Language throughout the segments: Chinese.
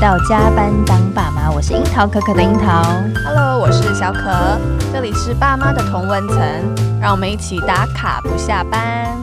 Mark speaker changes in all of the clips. Speaker 1: 到加班当爸妈，我是樱桃可可的樱桃。
Speaker 2: Hello，我是小可，这里是爸妈的同文层，让我们一起打卡不下班。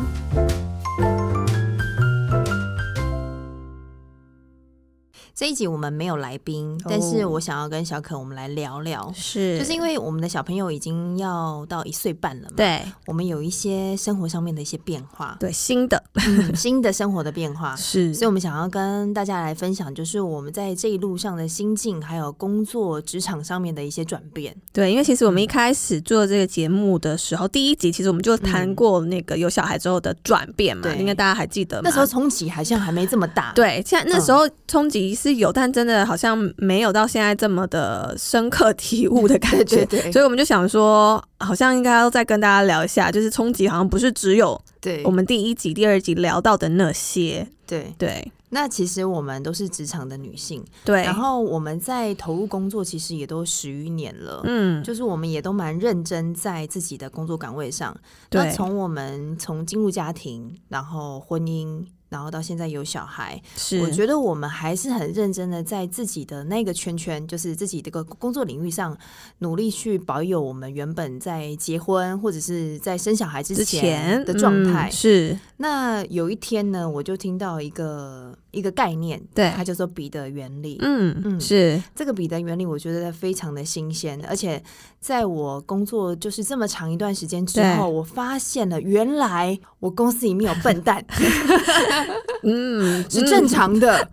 Speaker 3: 这一集我们没有来宾，但是
Speaker 1: 哦
Speaker 3: 我想要跟小可我们来聊聊，
Speaker 2: 是
Speaker 3: 就是因为我们的小朋友已经要到一岁半了嘛，，
Speaker 2: 对
Speaker 3: 我们有一些生活上面的一些变 化，
Speaker 2: 对新的
Speaker 3: 嗯新的生活的变化，
Speaker 2: 啊是
Speaker 3: 所以我们想要跟大家来分享，就是我们在这一路上的心境，还有工作职场上面的一些转变。
Speaker 4: 对，因为其实我们一开始做这个节目的时候，第一集其实我们就谈
Speaker 3: 嗯
Speaker 4: 过那个有小孩之后的转变嘛，
Speaker 3: 对
Speaker 4: 应该大家还记
Speaker 1: 嗯
Speaker 4: 得嘛。
Speaker 3: 那时候冲击好像还没这么大，
Speaker 4: 对，现
Speaker 2: 嗯
Speaker 4: 在那时候冲击是有，但真的好像没有到现在这么的深刻体 悟的感
Speaker 3: 对
Speaker 4: 觉。
Speaker 3: 对对
Speaker 4: 所以我们就想说，好像应该要再跟大家聊一下，就是冲击好像不是只有
Speaker 3: 对
Speaker 4: 我们第一集、第二集聊到的那些。
Speaker 3: 对。
Speaker 4: 对
Speaker 3: 那其实我们都是职场的女性，
Speaker 4: 对，
Speaker 3: 然后我们在投入工作，其实也都十余年了。
Speaker 4: 嗯，
Speaker 3: 就是我们也都蛮认真在自己的工作岗位上。那
Speaker 4: 对，
Speaker 3: 从我们从进入家庭，然后婚姻，然后到现在有小孩，
Speaker 4: 是
Speaker 3: 我觉得我们还是很认真的在自己的那个圈圈，就是自己这个工作领域上，努力去保有我们原本在结婚或者是在生小孩之
Speaker 4: 之前
Speaker 3: 的状态。
Speaker 4: 嗯是
Speaker 3: 那有一天呢，我就听到一个一个概念，
Speaker 4: 对
Speaker 3: 它叫做彼得原理。
Speaker 4: 嗯
Speaker 3: 嗯
Speaker 4: 是
Speaker 3: 这个彼得原理，我觉得非常的新鲜，而且在我工作就是这么长一段时间之后，
Speaker 4: 对
Speaker 3: 我发现了原来我公司里面有笨 蛋
Speaker 4: 嗯
Speaker 3: 是正
Speaker 4: 嗯
Speaker 3: 常的，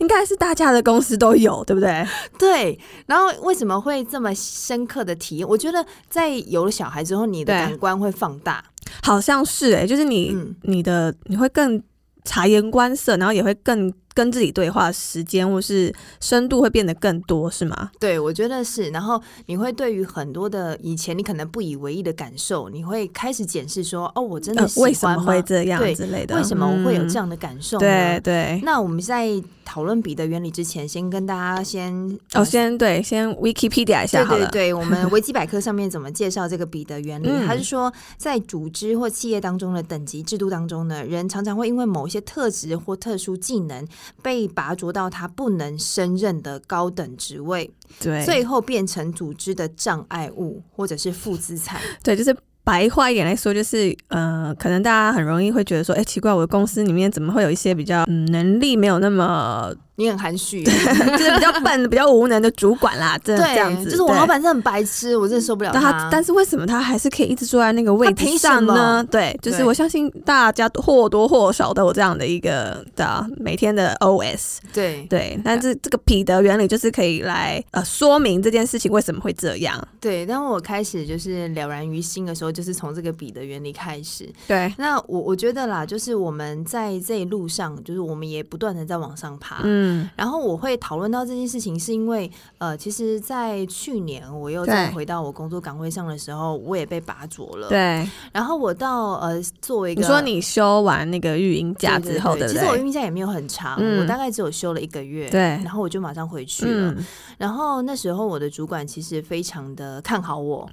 Speaker 4: 应该是大家的公司都有，对不对？
Speaker 3: 对。然后为什么会这么深刻的体验？我觉得在有了小孩之后，你的
Speaker 4: 对
Speaker 3: 感官会放大，
Speaker 4: 好像是哎、就是你、
Speaker 3: 嗯
Speaker 4: 你的你会更察言观色，然后也会更跟自己对话的时间或是深度会变得更多，是吗？
Speaker 3: 对我觉得是。然后你会对于很多的以前你可能不以为意的感受，你会开始检视说，哦，我真的
Speaker 4: 呃
Speaker 3: 喜欢吗？
Speaker 4: 为什么会这样
Speaker 3: 对
Speaker 4: 之类的？
Speaker 3: 为什么我会有这
Speaker 4: 嗯？
Speaker 3: 样的感受呢？
Speaker 4: 对对，
Speaker 3: 那我们在讨论彼得原理之前，先跟大家先呃
Speaker 4: 哦，先对，先 Wikipedia 一下
Speaker 3: 对
Speaker 4: 好
Speaker 3: 对
Speaker 4: 了。
Speaker 3: 对，我 们维基百科上面怎么介绍这个彼得原理？
Speaker 4: 嗯
Speaker 3: 它是说，在组织或企业当中的等级制度当中呢，人常常会因为某一些特质或特殊技能被拔擢到他不能胜任的高等职位，
Speaker 4: 对对
Speaker 3: 最后变成组织的障碍物或者是负资产。
Speaker 4: 对，就是白话一点来说，就是呃，可能大家很容易会觉得说，哎、奇怪，我的公司里面怎么会有一些比较嗯能力没有那么，
Speaker 3: 你很含蓄，
Speaker 4: 就是比较笨、比较无能的主管啦，这这样
Speaker 3: 对，
Speaker 4: 子，
Speaker 3: 就是我
Speaker 4: 对
Speaker 3: 老板真的很白痴，我真的受不了
Speaker 4: 但他但是为什么他还是可以一直坐在那个位
Speaker 3: 他凭
Speaker 4: 置上
Speaker 3: 什么
Speaker 4: 呢？对，就是
Speaker 3: 对
Speaker 4: 我相信大家或多或少都有这样的一个的、每天的 OS。
Speaker 3: 对
Speaker 4: 对，但是这个彼得原理就是可以来呃说明这件事情为什么会这样。
Speaker 3: 对，当我开始就是了然于心的时候，就是从这个笔的原理开始。
Speaker 4: 对，
Speaker 3: 那我我觉得啦，就是我们在这一路上，就是我们也不断的在往上爬。
Speaker 4: 嗯，
Speaker 3: 然后我会讨论到这件事情，是因为呃，其实，在去年我又再
Speaker 4: 对
Speaker 3: 回到我工作岗位上的时候，我也被拔擢了。。
Speaker 4: 对。
Speaker 3: 然后我到呃，作为一个
Speaker 4: 你说你休完那个育婴假
Speaker 3: 对
Speaker 4: 之后，
Speaker 3: 对
Speaker 4: 不
Speaker 3: 其实我
Speaker 4: 对？
Speaker 3: 孕假也没有很长，
Speaker 4: 嗯
Speaker 3: 我大概只有休了一个月。
Speaker 4: 对嗯
Speaker 3: 然后我就马上回去了。，然后那时候我的主管其实非常的看好 我，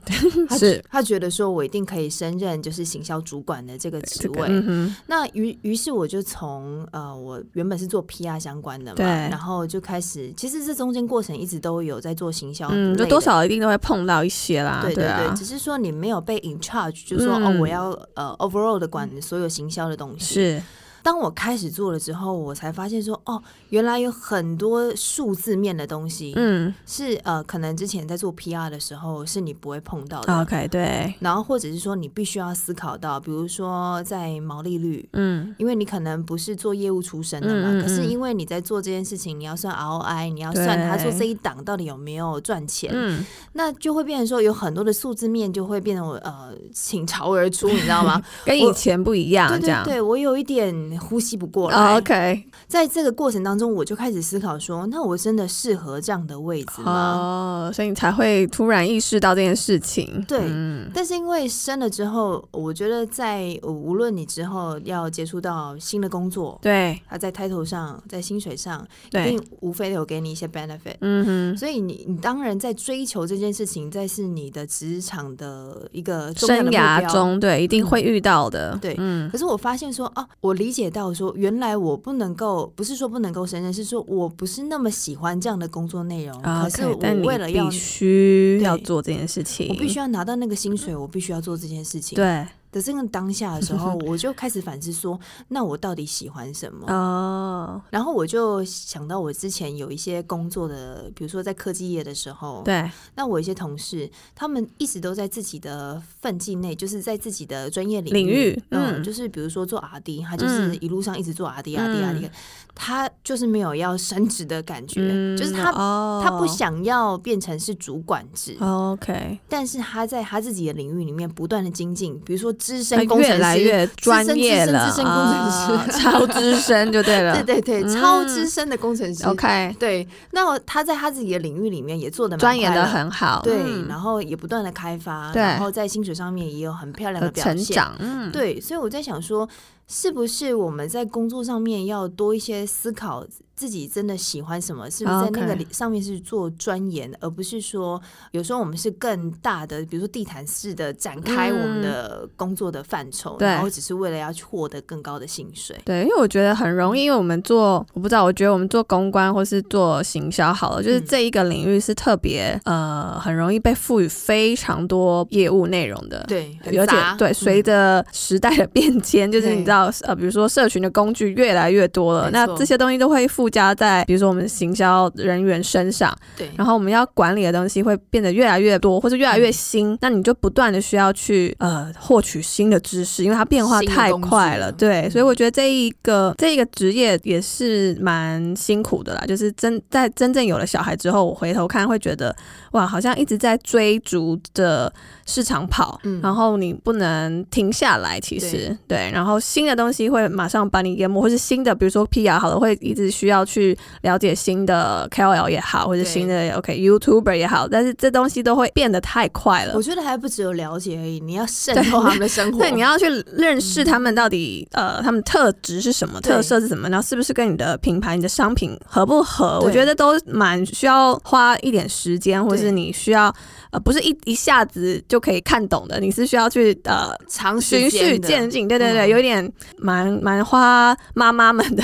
Speaker 3: 他
Speaker 4: 是
Speaker 3: 他觉得说我一定可以胜任就是行销主管的这个职
Speaker 4: 这
Speaker 3: 位。
Speaker 4: 个嗯哼，
Speaker 3: 那于于是我就从呃，我原本是做 PR 相关的嘛，
Speaker 4: 对
Speaker 3: 然后就开始，其实这中间过程一直都有在做行销，
Speaker 4: 嗯，就多。少一定都会碰到一些啦，
Speaker 3: 对对，
Speaker 4: 啊，
Speaker 3: 只是说你没有被 in charge，就是说、哦
Speaker 4: 嗯，
Speaker 3: 我要呃 overall 的管所有行销的东西。
Speaker 4: 是
Speaker 3: 当我开始做了之后，我才发现说，哦，原来有很多数字面的东西，
Speaker 4: 嗯
Speaker 3: 是呃，可能之前在做 PR 的时候是你不会碰到的，
Speaker 4: ，OK，对，
Speaker 3: 然后或者是说你必须要思考到，比如说在毛利率。
Speaker 4: 嗯，
Speaker 3: 因为你可能不是做业务出身的嘛，
Speaker 4: 嗯嗯
Speaker 3: 可是
Speaker 4: 嗯
Speaker 3: 因为你在做这件事情，你要算 ROI，你要
Speaker 4: 对
Speaker 3: 算他做这一档到底有没有赚钱，
Speaker 4: 嗯，
Speaker 3: 那就会变成说有很多的数字面就会变成我呃倾巢而出，你知道 吗？
Speaker 4: 跟
Speaker 3: 我
Speaker 4: 以前不一样
Speaker 3: 对，
Speaker 4: 啊这
Speaker 3: 对
Speaker 4: 样。
Speaker 3: 对，我有一点呼吸不过来。
Speaker 4: 哦 OK，
Speaker 3: 在这个过程当中，我就开始思考说，那我真的适合这样的位置吗？
Speaker 4: 哦，所以你才会突然意识到这件事情。
Speaker 3: 对
Speaker 4: 嗯
Speaker 3: 但是因为生了之后，我觉得在呃无论你之后要接触到新的工作，
Speaker 4: 对
Speaker 3: 它在 title 上，在薪水上，一
Speaker 4: 对，
Speaker 3: 定无非有给你一些 benefit。
Speaker 4: 嗯哼，
Speaker 3: 所以你你当然在追求这件事情，在是你的职场的一个重要的
Speaker 4: 生
Speaker 3: 目
Speaker 4: 涯
Speaker 3: 标。
Speaker 4: 中对一定会遇到的。
Speaker 3: 对
Speaker 4: 嗯，
Speaker 3: 可是我发现说，哦、我理解解到说，原来我不能够，不是说不能够胜任，是说我不是那么喜欢这样的工作内容。
Speaker 4: 啊
Speaker 3: 哦可是
Speaker 4: OK，但
Speaker 3: 我
Speaker 4: 你
Speaker 3: 为了要
Speaker 4: 必，须
Speaker 3: 对
Speaker 4: 要做这件事情，
Speaker 3: 我必须要拿到那个薪水，我必须要做这件事情。
Speaker 4: 对
Speaker 3: 的这个当下的时 候，我就开始反思说，那我到底喜欢什么？
Speaker 4: 哦，
Speaker 3: 然后我就想到我之前有一些工作的，比如说在科技业的时候，
Speaker 4: 对
Speaker 3: 那我有一些同事，他们一直都在自己的分际内，就是在自己的专业领
Speaker 4: 领域
Speaker 3: 嗯，
Speaker 4: 嗯
Speaker 3: 就是比如说做 R D，他就是
Speaker 4: 嗯
Speaker 3: 一路上一直做 R D R D
Speaker 4: 嗯
Speaker 3: R D，他就是没有要升职的感觉，就是他、
Speaker 4: 哦
Speaker 3: 他不想要变成是主管制，
Speaker 4: ，OK，
Speaker 3: 但是他在他自己的领域里面不断的精进，比如说资
Speaker 4: 他
Speaker 3: 深工程师，
Speaker 4: 越来越专业了，
Speaker 3: 资深资深工程师
Speaker 4: 啊超资深就对了
Speaker 3: 对对对，
Speaker 4: 嗯
Speaker 3: 超资深的工程师。
Speaker 4: ，OK，
Speaker 3: 对，那我他在他自己的领域里面也做的
Speaker 4: 钻研的很好，
Speaker 3: 对，
Speaker 4: 嗯
Speaker 3: 然后也不断的开发，
Speaker 4: 对
Speaker 3: 然后在薪水上面也有很漂亮的
Speaker 4: 呃
Speaker 3: 表
Speaker 4: 成
Speaker 3: 现。
Speaker 4: 长，嗯，
Speaker 3: 对，所以我在想说，是不是我们在工作上面要多一些思考，自己真的喜欢什么？是不是在那个
Speaker 4: OK
Speaker 3: 里上面是做钻研，而不是说有时候我们是更大的，比如说地毯式的展开我们
Speaker 4: 嗯
Speaker 3: 的工作的范畴，
Speaker 4: 对
Speaker 3: 然后只是为了要去获得更高的薪水。
Speaker 4: 对，因为我觉得很容易，因为我们做，我不知道，我觉得我们做公关或是做行销好了，就是
Speaker 3: 嗯
Speaker 4: 这一个领域是特别呃，很容易被赋予非常多业务内容的。
Speaker 3: 对，很
Speaker 4: 而且
Speaker 3: 杂
Speaker 4: 对，随
Speaker 3: 嗯
Speaker 4: 着时代的变迁，就是
Speaker 3: 对
Speaker 4: 你知道，呃，比如说社群的工具越来越多了，
Speaker 3: 没
Speaker 4: 那
Speaker 3: 错
Speaker 4: 这些东西都会附加在，比如说我们行销人员身上，
Speaker 3: 对，
Speaker 4: 然后我们要管理的东西会变得越来越多，或者越来越新，
Speaker 3: 嗯
Speaker 4: 那你就不断的需要去呃获取新的知识，因为它变化
Speaker 3: 新的
Speaker 4: 太
Speaker 3: 工具
Speaker 4: 快了。
Speaker 3: 了
Speaker 4: 对，
Speaker 3: 嗯
Speaker 4: 所以我觉得这一个这一个职业也是蛮辛苦的啦。就是真在真正有了小孩之后，我回头看会觉得哇，好像一直在追逐着市场跑，
Speaker 3: 嗯
Speaker 4: 然后你不能停下来。其实对然后新的东西会马上把你淹没，或是新的，比如说 PR 好了，会一直需要去了解新的 KOL 也好，或者
Speaker 3: 对
Speaker 4: 新的 OK YouTuber 也好，但是这东西都会变得太快了
Speaker 3: 我。觉得还不只有了解而已，你要渗
Speaker 4: 对
Speaker 3: 透他们的生活。
Speaker 4: 对，你要去认识他们到底、呃，他们特质是什么，
Speaker 3: 嗯对
Speaker 4: 特色是什么，然后是不是跟你的品牌、你的商品合不合？
Speaker 3: 对
Speaker 4: 我觉得都蛮需要花一点时间，或是
Speaker 3: 对
Speaker 4: 你需要呃，不是一一下子就可以看懂的，你是需要去呃
Speaker 3: 长嗯时
Speaker 4: 循序
Speaker 3: 间的
Speaker 4: 渐进。对对对，
Speaker 3: 嗯
Speaker 4: 有一点蛮蛮花妈妈们的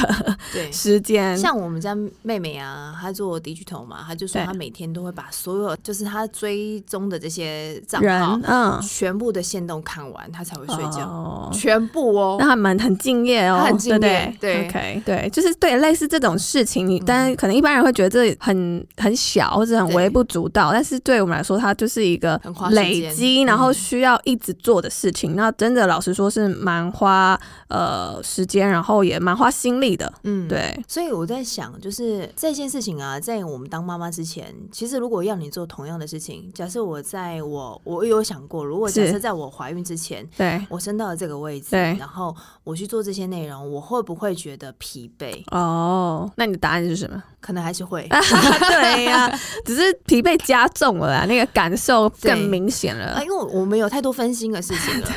Speaker 3: 对。
Speaker 4: 时间。
Speaker 3: 像我们家妹妹啊，她做 D 巨头嘛，她就说
Speaker 4: 对
Speaker 3: 她每天都会把所有就是她追踪的这些账
Speaker 4: 人
Speaker 3: 号
Speaker 4: 嗯
Speaker 3: 全部的线动看完，她才会睡觉，
Speaker 4: 哦
Speaker 3: 全部哦
Speaker 4: 那。还蛮很敬业哦，
Speaker 3: 他很敬业
Speaker 4: 对不
Speaker 3: 对
Speaker 4: o k 对，就是对类似这种事情，你
Speaker 3: 嗯
Speaker 4: 但是可能一般人会觉得这很很小或者很
Speaker 3: 对
Speaker 4: 微不足道，但是对我们来说，它就是一个
Speaker 3: 很花时间
Speaker 4: 累积，
Speaker 3: 嗯
Speaker 4: 然后需要一直做的事情。那真的老实说，是蛮花呃时间，然后也蛮花心力的。
Speaker 3: 嗯，。
Speaker 4: 对，
Speaker 3: 所以我在想，就是这件事情啊，在我们当妈妈之前，其实如果要你做同样的事情，假设我在我我有想过，如果假
Speaker 4: 是
Speaker 3: 设在我怀孕之前，
Speaker 4: 对，
Speaker 3: 我升到了这个位置，
Speaker 4: 对
Speaker 3: 然后我去做这些内容，我会不会觉得疲惫？
Speaker 4: 哦，那你的答案是什 么？
Speaker 3: 可能还是 会。
Speaker 4: 对呀、只是疲惫加重了啦，那个感受更
Speaker 3: 对
Speaker 4: 明显了
Speaker 3: 啊，。因为我们有太多分心的事情了，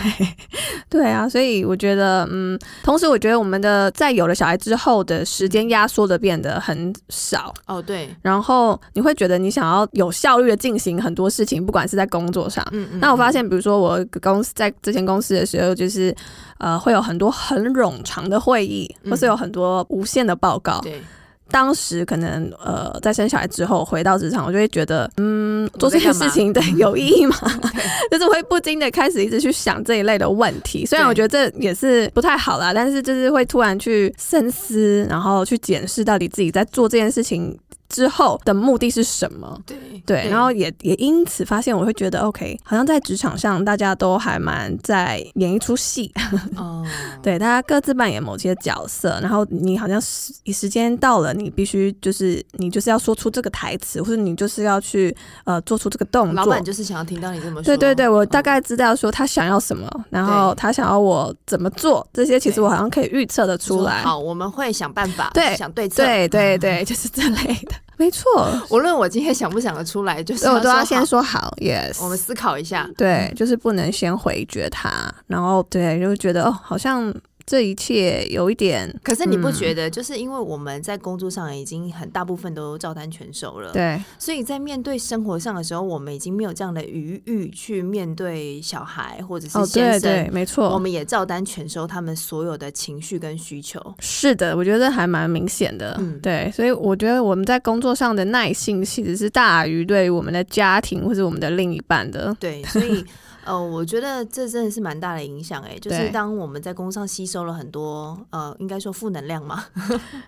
Speaker 4: 对啊，所以我觉得，嗯，同时我觉得我们的在有了小孩之后的时间压缩的变得很少，
Speaker 3: 哦，对，
Speaker 4: 然后你会觉得你想要有效率的进行很多事情，不管是在工作上。
Speaker 3: 嗯嗯
Speaker 4: 那我发现，比如说我公司在之前公司的时候，就是呃会有很多很冗长的会议，
Speaker 3: 嗯
Speaker 4: 或是有很多无限的报告。
Speaker 3: 对，
Speaker 4: 当时可能呃在生小孩之后回到职场，我就会觉得，嗯，做这件事情对有意义吗？ 就是会不禁的开始一直去想这一类的问题。虽然
Speaker 3: 对
Speaker 4: 我觉得这也是不太好啦，但是就是会突然去深思，然后去检视到底自己在做这件事情之后的目的是什么。
Speaker 3: 对
Speaker 4: 对，然后也也因此发现，我会觉得 OK，好像在职场上大家都还蛮在演一出戏，
Speaker 3: 哦，
Speaker 4: 对，大家各自扮演某些角色，然后你好像时时间到了，你必须就是你就是要说出这个台词，或者你就是要去呃做出这个动
Speaker 3: 老
Speaker 4: 作
Speaker 3: 板。就是想要听到你这么说，
Speaker 4: 对对对，我大
Speaker 3: 嗯
Speaker 4: 概知道说他想要什么，然后
Speaker 3: 对
Speaker 4: 他想要我怎么做，这些其实
Speaker 3: 对
Speaker 4: 我好像可以预测的
Speaker 3: 说
Speaker 4: 出来。
Speaker 3: 好，我嗯们会想办法，
Speaker 4: 对
Speaker 3: 想对策，
Speaker 4: 对对对，就是这类的，没错，
Speaker 3: 无论我今天想不想得出来，就是
Speaker 4: 所以我都要先
Speaker 3: 说
Speaker 4: 说好，yes，
Speaker 3: 好，我们思考一下，
Speaker 4: 对，就是不能先回绝他，然后对，就觉得哦，好像这一切有一点
Speaker 3: 可是你不
Speaker 4: 嗯
Speaker 3: 觉得，就是因为我们在工作上已经很大部分都照单全收了，，
Speaker 4: 对，
Speaker 3: 所以在面对生活上的时候，我们已经没有这样的余裕去面对小孩或者是
Speaker 4: 哦，
Speaker 3: 先生，
Speaker 4: 对对，没错，
Speaker 3: 我们也照单全收他们所有的情绪跟需求。
Speaker 4: 是的，我觉得还蛮明显的，
Speaker 3: 嗯
Speaker 4: 对，所以我觉得我们在工作上的耐性其实是大于对于我们的家庭或者我们的另一半的，
Speaker 3: 对， 所以呃，我觉得这真的是蛮大的影响哎、 就是
Speaker 4: 对
Speaker 3: 当我们在工作上吸收了很多呃，应该说负能量 嘛，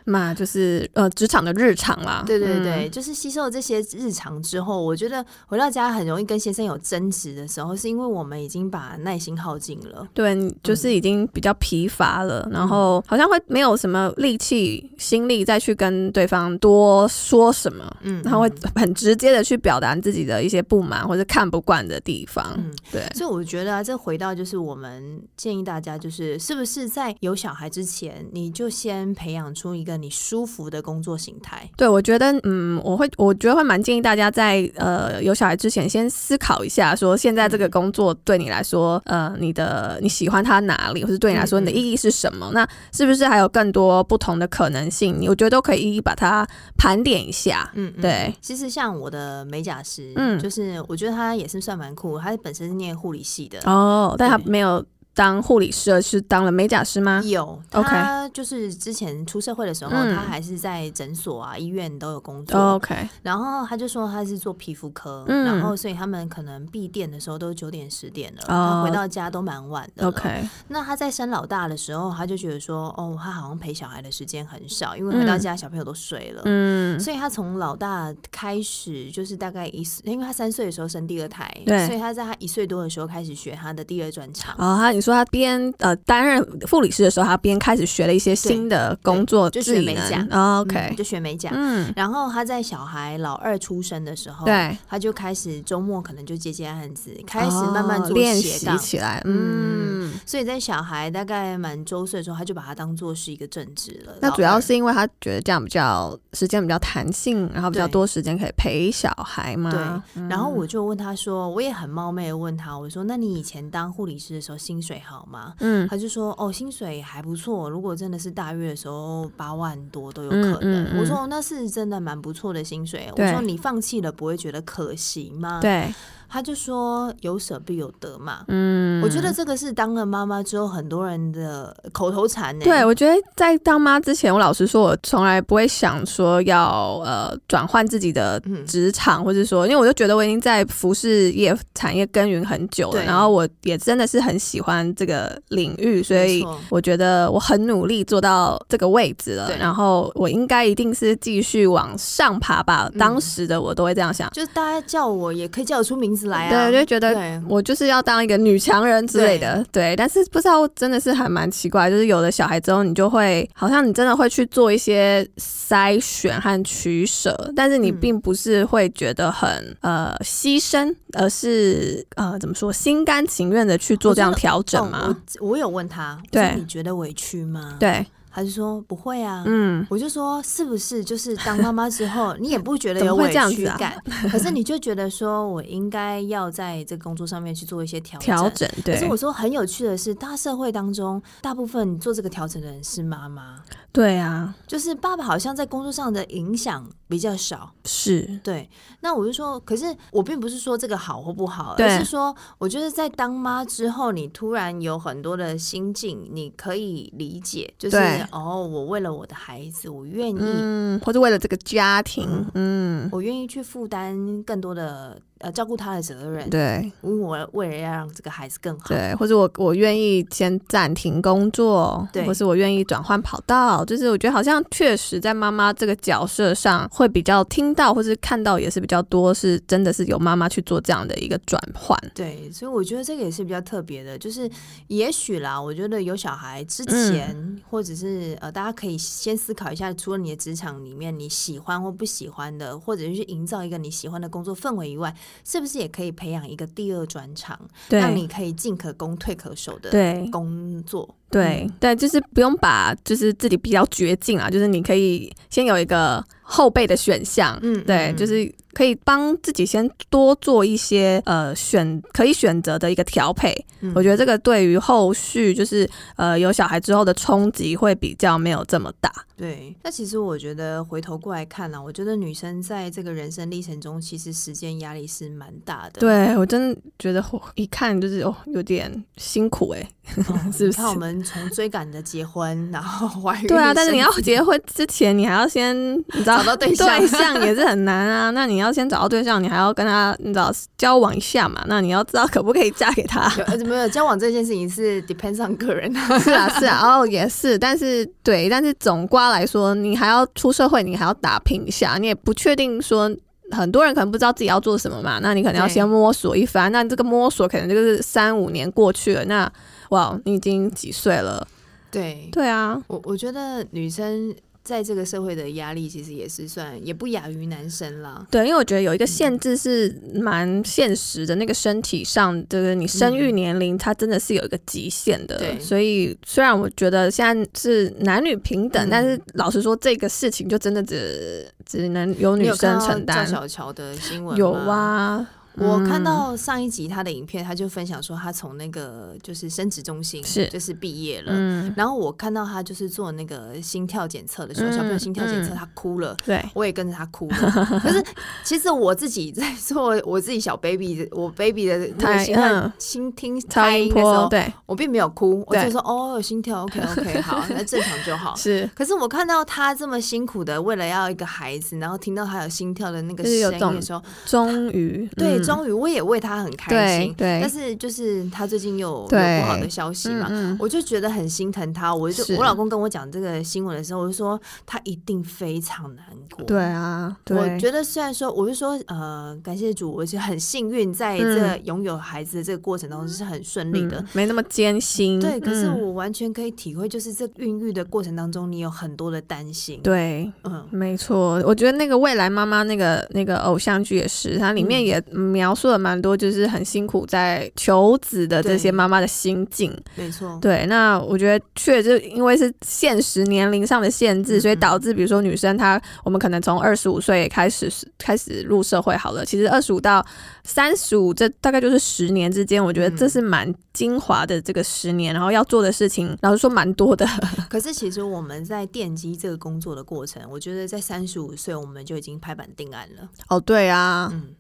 Speaker 4: 嘛，就是呃职场的日常啦，
Speaker 3: 对对
Speaker 4: 嗯
Speaker 3: 对，就是吸收了这些日常之后，我觉得回到家很容易跟先生有争执的时候，是因为我们已经把耐心耗尽了。
Speaker 4: 对，你就是已经比较疲乏了，
Speaker 3: 嗯
Speaker 4: 然后好像会没有什么力气、心力再去跟对方多说什么，
Speaker 3: 嗯，
Speaker 4: 然后会
Speaker 3: 嗯
Speaker 4: 很直接的去表达你自己的一些不满或者看不惯的地方。
Speaker 3: 嗯
Speaker 4: 对，
Speaker 3: 所以我觉得啊，这回到就是我们建议大家，就是是不是在有小孩之前，你就先培养出一个你舒服的工作形态。
Speaker 4: 对我觉得，嗯，我会，我觉得会蛮建议大家在呃有小孩之前，先思考一下，说现在这
Speaker 3: 嗯
Speaker 4: 个工作对你来说，呃，你的你喜欢它哪里，或是对你来说
Speaker 3: 嗯嗯
Speaker 4: 你的意义是什么？那是不是还有更多不同的可能性？我觉得都可以一一把它盘点一下。
Speaker 3: 嗯，嗯
Speaker 4: 对。
Speaker 3: 其实像我的美甲师，嗯，
Speaker 4: 嗯
Speaker 3: 就是我觉得他也是算蛮酷，他本身是念护理系的。
Speaker 4: 哦，但他
Speaker 3: 对
Speaker 4: 没有当护理师，而是当了美甲师吗？
Speaker 3: 有
Speaker 4: 啊 OK
Speaker 3: 他就是之前出社会的时候，
Speaker 4: 嗯
Speaker 3: 他还是在诊所啊、医院都有工作。
Speaker 4: 哦 OK，
Speaker 3: 然后他就说他是做皮肤科，
Speaker 4: 嗯
Speaker 3: 然后所以他们可能闭店的时候都九点十点了，
Speaker 4: 哦
Speaker 3: 他回到家都蛮晚的了。
Speaker 4: OK，
Speaker 3: 那他在生老大的时候，他就觉得说，哦，他好像陪小孩的时间很少，因为回到
Speaker 4: 嗯
Speaker 3: 家小朋友都睡了。
Speaker 4: 嗯，
Speaker 3: 所以他从老大开始，就是大概一岁，因为他三岁的时候生第二胎，
Speaker 4: 对
Speaker 3: 所以他在他一岁多的时候开始学他的第二专长，
Speaker 4: 哦，他你说他边呃担任护理师的时候，他边开始学了一些新的工作
Speaker 3: 对
Speaker 4: 技
Speaker 3: 就学美
Speaker 4: 能。
Speaker 3: 甲
Speaker 4: 哦
Speaker 3: 嗯
Speaker 4: OK，
Speaker 3: 就学美甲。
Speaker 4: 嗯，
Speaker 3: 然后他在小孩老二出生的时候，，
Speaker 4: 对，
Speaker 3: 他就开始周末可能就接接案子，哦开始
Speaker 4: 哦
Speaker 3: 慢慢做
Speaker 4: 练
Speaker 3: 斜
Speaker 4: 习
Speaker 3: 杠。
Speaker 4: 起来。
Speaker 3: 嗯
Speaker 4: 嗯，
Speaker 3: 所以在小孩大概满周岁的时候，他就把它当做是一个正职了。
Speaker 4: 那
Speaker 3: 老
Speaker 4: 主要
Speaker 3: 二
Speaker 4: 是因为他觉得这样比较时间比较弹性，然后比较
Speaker 3: 对
Speaker 4: 多时间可以陪小孩
Speaker 3: 对
Speaker 4: 嘛。，
Speaker 3: 然后
Speaker 4: 嗯
Speaker 3: 我就问他说，我也很冒昧的问他，我说：“那你以前当护理师的时候薪水好吗？”
Speaker 4: 嗯
Speaker 3: 他就说：“哦，薪水还不错，如果真的是大月的时候，八万多都有可能。
Speaker 4: 嗯嗯嗯
Speaker 3: 我说：“那是真的蛮不错的薪水。”我
Speaker 4: 对
Speaker 3: 说：“你放弃了不会觉得可惜吗？”，
Speaker 4: 对，
Speaker 3: 他就说：“有舍必有得嘛。
Speaker 4: 嗯，
Speaker 3: 我觉得这个是当了妈妈之后很多人的口头禅呢、欸
Speaker 4: 对，我觉得在当妈之前，我老实说，我从来不会想说要呃转换自己的
Speaker 3: 嗯
Speaker 4: 职场，或者说，因为我就觉得我已经在服饰业产业耕耘很久了，
Speaker 3: 对
Speaker 4: 然后我也真的是很喜欢这个领域，所
Speaker 3: 没
Speaker 4: 以
Speaker 3: 错
Speaker 4: 我觉得我很努力做到这个位置了
Speaker 3: 对，
Speaker 4: 然后我应该一定是继续往上爬吧。
Speaker 3: 嗯
Speaker 4: 当时的我都会这样想，
Speaker 3: 就是大家叫我也可以叫得出名字来
Speaker 4: 对，
Speaker 3: 啊。
Speaker 4: 我就觉得
Speaker 3: 对
Speaker 4: 我就是要当一个女强人之类的，对。但是不知道真的是还蛮奇怪，就是有了小孩之后，你就会好像你真的会去做一些筛选和取舍，但是你
Speaker 3: 嗯
Speaker 4: 并不是会觉得很呃牺牲，而是呃怎么说心甘情愿的去做这样调整
Speaker 3: 哦
Speaker 4: 吗？、
Speaker 3: 我我有问他，我
Speaker 4: 对
Speaker 3: 说你觉得委屈吗？，
Speaker 4: 对，
Speaker 3: 他就说不会啊。
Speaker 4: 嗯，
Speaker 3: 我就说，是不是就是当妈妈之后，你也不觉得
Speaker 4: 怎么
Speaker 3: 有
Speaker 4: 会
Speaker 3: 委
Speaker 4: 这样
Speaker 3: 屈
Speaker 4: 子啊
Speaker 3: 感，可是你就觉得说我应该要在这个工作上面去做一些调
Speaker 4: 调
Speaker 3: 整。
Speaker 4: 整
Speaker 3: 可
Speaker 4: 对
Speaker 3: 是我说很有趣的是，大社会当中，大部分做这个调整的人是妈妈，
Speaker 4: 对啊，
Speaker 3: 就是爸爸好像在工作上的影响比较少。
Speaker 4: 是
Speaker 3: 对，那我就说，可是我并不是说这个好或不好，
Speaker 4: 对
Speaker 3: 而是说，我觉得在当妈之后，你突然有很多的心境，你可以理解，就是
Speaker 4: 对
Speaker 3: 哦，我为了我的孩子，我愿意
Speaker 4: 嗯，或者为了这个家庭，嗯，
Speaker 3: 我愿意去负担更多的呃照顾他的责任，
Speaker 4: 嗯对。
Speaker 3: 因为我为了要让这个孩子更好。
Speaker 4: 对，或者我我愿意先暂停工作，
Speaker 3: 对
Speaker 4: 或是我愿意转换跑道，就是我觉得好像确实在妈妈这个角色上会比较听到或是看到也是比较多，是真的是有妈妈去做这样的一个转换。
Speaker 3: 对，所以我觉得这个也是比较特别的，就是也许啦，我觉得有小孩之
Speaker 4: 嗯
Speaker 3: 前，或者是呃，大家可以先思考一下，除了你的职场里面你喜欢或不喜欢的，或者是去营造一个你喜欢的工作氛围以外，是不是也可以培养一个第二专长，让你
Speaker 4: 对
Speaker 3: 可以进可攻退可守的
Speaker 4: 对
Speaker 3: 工嗯作？
Speaker 4: 对对，就是不用把就是自己逼到绝境啊，就是你可以先有一个后备的选项。
Speaker 3: 嗯
Speaker 4: 对，
Speaker 3: 嗯
Speaker 4: 就是可以帮自己先多做一些呃选可以选择的一个调配。
Speaker 3: 嗯
Speaker 4: 我觉得这个对于后续就是呃有小孩之后的冲击会比较没有这么大。
Speaker 3: 对，那其实我觉得回头过来看啦、我觉得女生在这个人生历程中，其实时间压力是蛮大的。
Speaker 4: 对我真的觉得我一看就是哦有点辛苦 哎、
Speaker 3: 嗯，
Speaker 4: 是不
Speaker 3: 你看我
Speaker 4: 是
Speaker 3: 们从追赶的结婚，然后怀孕，
Speaker 4: 对啊，但是你要结婚之前，你还要先你知道
Speaker 3: 找到对象。
Speaker 4: 象也是很难 啊。那你要先找到对象，你还要跟他你知道交往一下嘛？那你要知道可不可以嫁给他
Speaker 3: 有呃没有交往这件事情是 depends on 个人啊。
Speaker 4: 是啊，是啊，哦，也是，但是对，但是总瓜来说，你还要出社会，你还要打拼一下，你也不确定说。很多人可能不知道自己要做什么嘛，那你可能要
Speaker 3: 对
Speaker 4: 先摸索一番。那这个摸索可能就是三五年过去了，那哇，你已经几岁了？
Speaker 3: 对，
Speaker 4: 对啊，
Speaker 3: 我我觉得女生在这个社会的压力，其实也是算也不亚于男生啦。
Speaker 4: 对，因为我觉得有一个限制是蛮现实的，那个身体上，就是你生育年龄，它真的是有一个极限
Speaker 3: 嗯
Speaker 4: 的。
Speaker 3: 对
Speaker 4: 所以虽然我觉得现在是男女平等，
Speaker 3: 嗯
Speaker 4: 但是老实说，这个事情就真的只只能由
Speaker 3: 你
Speaker 4: 女
Speaker 3: 有看到
Speaker 4: 生承担
Speaker 3: 赵。小乔的新闻
Speaker 4: 有
Speaker 3: 吗
Speaker 4: 啊，
Speaker 3: 我看
Speaker 4: 嗯
Speaker 3: 到上一集他的影片，他就分享说他从那个就是生殖中心
Speaker 4: 是
Speaker 3: 就是毕业了。
Speaker 4: 嗯，
Speaker 3: 然后我看到他就是做那个心跳检测的时候，
Speaker 4: 嗯
Speaker 3: 小朋友心跳检测
Speaker 4: 嗯
Speaker 3: 他哭了，
Speaker 4: 对，
Speaker 3: 我也跟着他哭了。 可是其实我自己在做我自己小 baby，我 baby 的那
Speaker 4: 胎
Speaker 3: 个心跳
Speaker 4: 嗯
Speaker 3: 心听
Speaker 4: 超
Speaker 3: 胎
Speaker 4: 音
Speaker 3: 音的时
Speaker 4: 波
Speaker 3: 候，
Speaker 4: 对
Speaker 3: 我并没有哭，我
Speaker 4: 对
Speaker 3: 就说哦有心 跳，OK OK，好，那正常就好。
Speaker 4: 是，
Speaker 3: 可是我看到他这么辛苦的为了要一个孩子，然后听到他有心跳的那个
Speaker 4: 就是有
Speaker 3: 声音
Speaker 4: 种
Speaker 3: 的时候，
Speaker 4: 终于
Speaker 3: 对，
Speaker 4: 嗯
Speaker 3: 终于我也为他很开
Speaker 4: 对
Speaker 3: 心。
Speaker 4: 对，
Speaker 3: 但是就是他最近有有
Speaker 4: 对
Speaker 3: 不好的消息嘛，
Speaker 4: 嗯嗯
Speaker 3: 我就觉得很心疼他。我就是我老公跟我讲这个新闻的时候，我就说他一定非常难过。
Speaker 4: 对。啊，对，
Speaker 3: 我觉得虽然说，我是说，呃，感谢主，我是很幸运，在这拥有孩子的这个过程当中是很顺利的。
Speaker 4: 嗯没那么艰辛。
Speaker 3: 对，可是
Speaker 4: 嗯
Speaker 3: 我完全可以体会，就是这孕育的过程当中，你有很多的担心。，
Speaker 4: 对
Speaker 3: 嗯，
Speaker 4: 没错，我觉得那个未来妈妈那个那个偶像剧也是，它里
Speaker 3: 嗯
Speaker 4: 面也描述了蛮多，就是很辛苦在求子的这些
Speaker 3: 对
Speaker 4: 妈妈的心境。
Speaker 3: 没错。
Speaker 4: 对，那我觉得确实因为是现实年龄上的限制，
Speaker 3: 嗯
Speaker 4: 所以导致比如说女生她，我们可能从二十五岁开始开始入社会好了，其实二十五到三十五这大概就是十年之间，我觉得这
Speaker 3: 嗯
Speaker 4: 是蛮精华的这个十年，然后要做的事情，老实说蛮多的。
Speaker 3: 可是其实我们在奠基这个工作的过程，我觉得在三十五岁我们就已经拍板定案了。
Speaker 4: 哦，对啊，
Speaker 3: 嗯，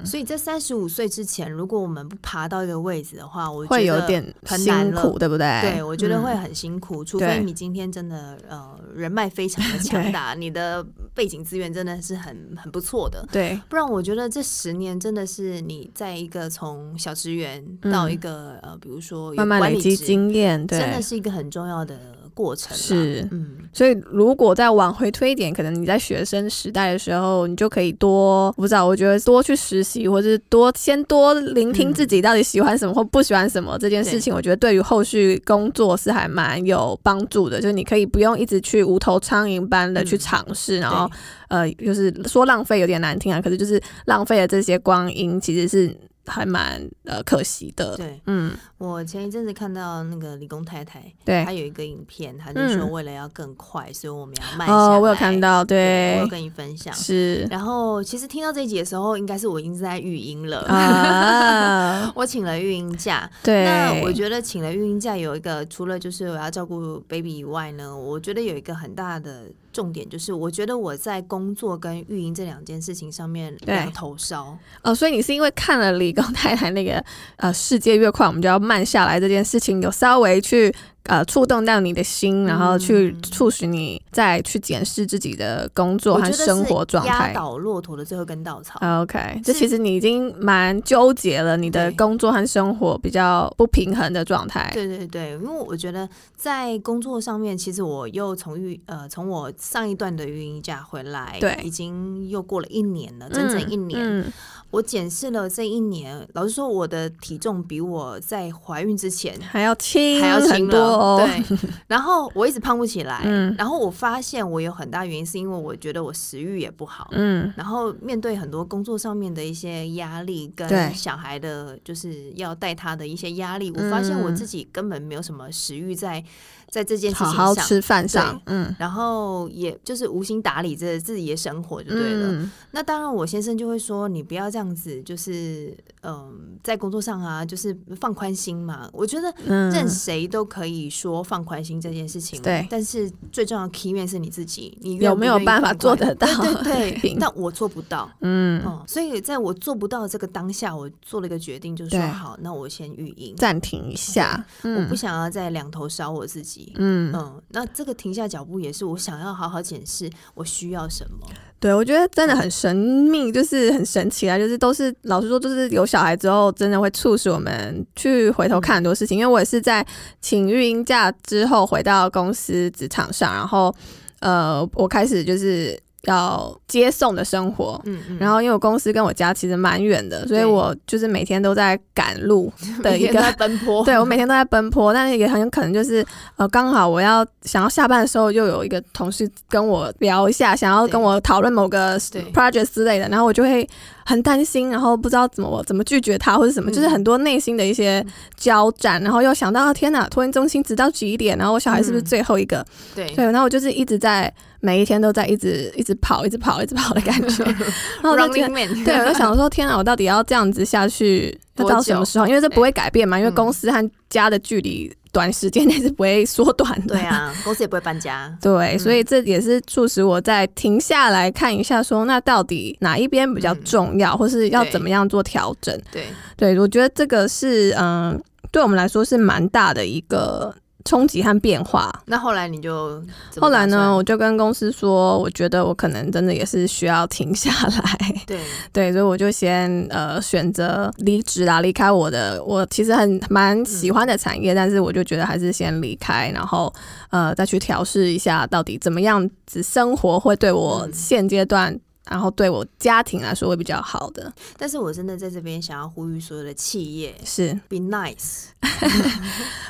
Speaker 4: 嗯
Speaker 3: 所以在三十五岁之前，如果我们不爬到一个位置的话，我觉得
Speaker 4: 会有点
Speaker 3: 很难
Speaker 4: 辛
Speaker 3: 了
Speaker 4: 苦，对不对？
Speaker 3: 对，我觉得
Speaker 4: 嗯
Speaker 3: 会很辛苦，除
Speaker 4: 对
Speaker 3: 非你今天真的呃人脉非常 的强大，你的背景资源真的是很很不错的。
Speaker 4: 对
Speaker 3: 不然，我觉得这十年真的是你在一个从小职员到一个、呃，比如说有
Speaker 4: 嗯慢慢
Speaker 3: 管
Speaker 4: 累
Speaker 3: 理
Speaker 4: 积
Speaker 3: 职，
Speaker 4: 经验，
Speaker 3: 真的
Speaker 4: 对。
Speaker 3: 是一个很重要的过程啦。
Speaker 4: 是
Speaker 3: 嗯，
Speaker 4: 所以，如果再往回推一点，可能你在学生时代的时候，你就可以多，我不知道，我觉得多去实习，或者是多先多聆听
Speaker 3: 嗯
Speaker 4: 自己到底喜欢什么或不喜欢什么这件事
Speaker 3: 对
Speaker 4: 情，我觉得对于后续工作是还蛮有帮助的。就是你可以不用一直去无头苍蝇般的去
Speaker 3: 嗯
Speaker 4: 尝试，然
Speaker 3: 对
Speaker 4: 后呃，就是说浪费有点难听啊，可是就是浪费了这些光阴，其实是还蛮呃可惜的。
Speaker 3: 对
Speaker 4: 嗯，
Speaker 3: 我前一阵子看到那个理工太太，
Speaker 4: 对
Speaker 3: 他。有一个影片，他就说
Speaker 4: 嗯
Speaker 3: 为了要更快，所以我们要慢下来。
Speaker 4: 哦，我有看，到，
Speaker 3: 对，
Speaker 4: 对
Speaker 3: 我有，跟你分享。
Speaker 4: 是
Speaker 3: 然后其实听到这一集的时候，应该是我已经在育婴了。
Speaker 4: 啊，
Speaker 3: 我请了育婴假，
Speaker 4: 对。
Speaker 3: 那我觉得请了育婴假有一个，除了就是我要照顾 baby 以外呢，我觉得有一个很大的重点就是，我觉得我在工作跟育婴这两件事情上面
Speaker 4: 对
Speaker 3: 两头烧。
Speaker 4: 哦，所以你是因为看了理工太太那个呃世界越快我们就要慢下来这件事情，有稍微去呃触动到你的心，然后去促使你再去检视自己的工作
Speaker 3: 嗯我
Speaker 4: 和
Speaker 3: 觉得是
Speaker 4: 生活状
Speaker 3: 压
Speaker 4: 态。啊
Speaker 3: 倒骆驼的最后一根稻草。
Speaker 4: OK，这
Speaker 3: 是
Speaker 4: 其实你已经蛮纠结了，你的
Speaker 3: 对
Speaker 4: 工作和生活比较不平衡的状态。
Speaker 3: 对对对，因为我觉得在工作上面，其实我又从育呃从我上一段的育婴假回来，
Speaker 4: 对
Speaker 3: 已经又过了一年了，整整一年。
Speaker 4: 嗯嗯
Speaker 3: 我检视了这一年，老实说，我的体重比我在怀孕之前
Speaker 4: 还要轻，
Speaker 3: 还要轻
Speaker 4: 很
Speaker 3: 了
Speaker 4: 多哦。
Speaker 3: 对，然后我一直胖不起来，
Speaker 4: 嗯
Speaker 3: 然后我发现我有很大原因是因为我觉得我食欲也不好。
Speaker 4: 嗯，
Speaker 3: 然后面对很多工作上面的一些压力，
Speaker 4: 对
Speaker 3: 跟小孩的，就是要带他的一些压力，我发现我自己根本没有什么食欲在在这件事
Speaker 4: 嗯好
Speaker 3: 情上，
Speaker 4: 好吃饭上
Speaker 3: 对，
Speaker 4: 嗯，
Speaker 3: 然后也就是无心打理这自己的生活就对了。
Speaker 4: 嗯，
Speaker 3: 那当然，我先生就会说你不要这样子，就是嗯、在工作上啊，就是放宽心嘛。我觉得
Speaker 4: 嗯
Speaker 3: 任谁都可以说放宽心这件事情，
Speaker 4: 对
Speaker 3: 但是最重要的 key man 是你自己，你愿
Speaker 4: 有没有
Speaker 3: 不愿意
Speaker 4: 办法
Speaker 3: 放
Speaker 4: 做
Speaker 3: 宽
Speaker 4: 得到？
Speaker 3: 对对对，
Speaker 4: 平
Speaker 3: 但我做不到。
Speaker 4: 嗯，
Speaker 3: 嗯，所以在我做不到这个当下，我做了一个决定，就是说
Speaker 4: 对
Speaker 3: 好，那我先育婴，
Speaker 4: 暂停一下，
Speaker 3: 我不
Speaker 4: 嗯
Speaker 3: 想要再两头烧我自己。
Speaker 4: 嗯，
Speaker 3: 嗯，那这个停下脚步也是我想要好好检视我需要什么。
Speaker 4: 对，我觉得真的很神秘，就是很神奇啊！就是都是老实说，就是有小孩之后，真的会促使我们去回头看很多事情。因为我也是在请育婴假之后回到公司职场上，然后呃，我开始就是要接送的生活。
Speaker 3: 嗯嗯，
Speaker 4: 然后，因为我公司跟我家其实蛮远的，所以
Speaker 3: 对
Speaker 4: 我就是每天都在赶路 的
Speaker 3: 每
Speaker 4: 一
Speaker 3: 天都在
Speaker 4: 个，
Speaker 3: 奔波，
Speaker 4: 对我每天都在奔波，但是也很有可能就是呃，刚好我要想要下班的时候，又有一个同事跟我聊一下，想要跟我讨论某个
Speaker 3: 对
Speaker 4: project 之类的，然后我就会很担心，然后不知道怎么我怎么拒绝他或者什么，
Speaker 3: 嗯
Speaker 4: 就是很多内心的一些交战，然后又想到天哪，托运中心直到几点，然后我小孩是不是
Speaker 3: 嗯
Speaker 4: 最后一个？
Speaker 3: 对
Speaker 4: 对，然后我就是一直在每一天都在一直一直跑，一直跑，一直跑的感 觉，然后我哦就觉得
Speaker 3: Running。Man，
Speaker 4: 对，我 就想说，天啊，我到底要这样子下去，要
Speaker 3: 多
Speaker 4: 到什么
Speaker 3: 久
Speaker 4: 时候？因为这不会改变嘛，因为
Speaker 3: 嗯
Speaker 4: 公司和家的距离短时间内是不会缩短的。
Speaker 3: 对，啊，公司也不会搬家。
Speaker 4: 对，
Speaker 3: 嗯
Speaker 4: 所以这也是促使我在停下来看一下，说那到底哪一边比较
Speaker 3: 嗯
Speaker 4: 重要，或是要
Speaker 3: 对
Speaker 4: 怎么样做调整？
Speaker 3: 对，
Speaker 4: 对，我觉得这个是嗯、对我们来说是蛮大的一个冲击和变化。
Speaker 3: 那后来你就怎么
Speaker 4: 后来
Speaker 3: 打
Speaker 4: 呢，
Speaker 3: 算？
Speaker 4: 我就跟公司说，我觉得我可能真的也是需要停下来，
Speaker 3: 对，
Speaker 4: 对，所以我就先呃选择离职啦，离开我的我其实很蛮喜欢的产业，但是我就觉得还是先离开，然后呃再去调试一下到底怎么样子生活会对我
Speaker 3: 嗯
Speaker 4: 现阶段，然后对我家庭来说会比较好的，
Speaker 3: 但是我真的在这边想要呼吁所有的企业
Speaker 4: 是。
Speaker 3: ，be nice。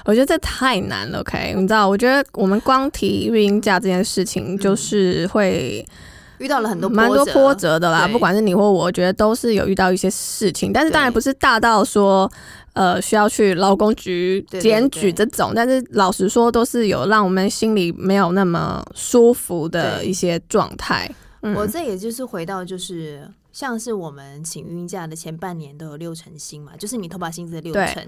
Speaker 4: 我觉得这太难了，OK？你知道，我觉得我们光提育婴假这件事情，就是会
Speaker 3: 遇到了很多
Speaker 4: 蛮多波
Speaker 3: 波，
Speaker 4: 折的啦，
Speaker 3: 对
Speaker 4: 不管是你或我，我觉得都是有遇到一些事情，但是当然
Speaker 3: 对
Speaker 4: 不是大到说呃需要去劳工局
Speaker 3: 对对
Speaker 4: 检举
Speaker 3: 对
Speaker 4: 这种，但是老实说，都是有让我们心里没有那么舒服的
Speaker 3: 对
Speaker 4: 一些状态。嗯
Speaker 3: 我这也就是回到就是。像是我们请孕假的前半年都有六成薪嘛，就是你投保薪资的六
Speaker 4: 对
Speaker 3: 成。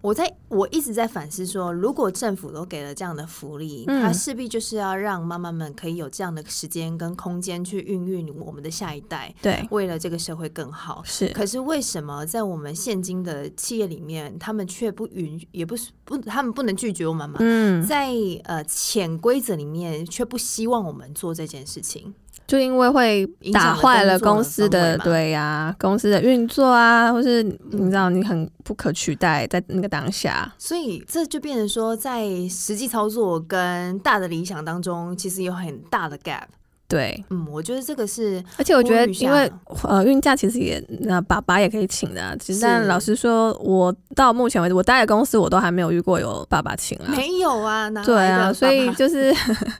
Speaker 3: 我在我一直在反思说，如果政府都给了这样的福利，
Speaker 4: 嗯
Speaker 3: 它势必就是要让妈妈们可以有这样的时间跟空间去孕育我们的下一代，
Speaker 4: 对，
Speaker 3: 为了这个社会更好。
Speaker 4: 是
Speaker 3: 可哦是为什么在我们现今的企业里面，他们却不允，也不是不，他们不能拒绝我们嘛？
Speaker 4: 嗯，
Speaker 3: 在呃潜规则里面，却不希望我们做这件事情。
Speaker 4: 就因为会
Speaker 3: 影响
Speaker 4: 打
Speaker 3: 了
Speaker 4: 坏了
Speaker 3: 工作的嗯
Speaker 4: 公司的
Speaker 3: 氛围嘛
Speaker 4: 对呀、公司的运作啊，或是你知道你很不可取代在那个当下，
Speaker 3: 所以这就变成说，在实际操作跟大的理想当中，其实有很大的 gap。
Speaker 4: 对，
Speaker 3: 嗯，我觉得这个是
Speaker 4: 而且我觉
Speaker 3: 呼
Speaker 4: 得，
Speaker 3: 吁一
Speaker 4: 因
Speaker 3: 下
Speaker 4: 为呃，孕假其实也那爸爸也可以请的啊、其实但
Speaker 3: 是
Speaker 4: 老实说，我到目前为止，我待的公司我都还没有遇过有爸爸请啊。
Speaker 3: 没有啊，哪来的
Speaker 4: 对啊，所以
Speaker 3: 爸爸
Speaker 4: 就是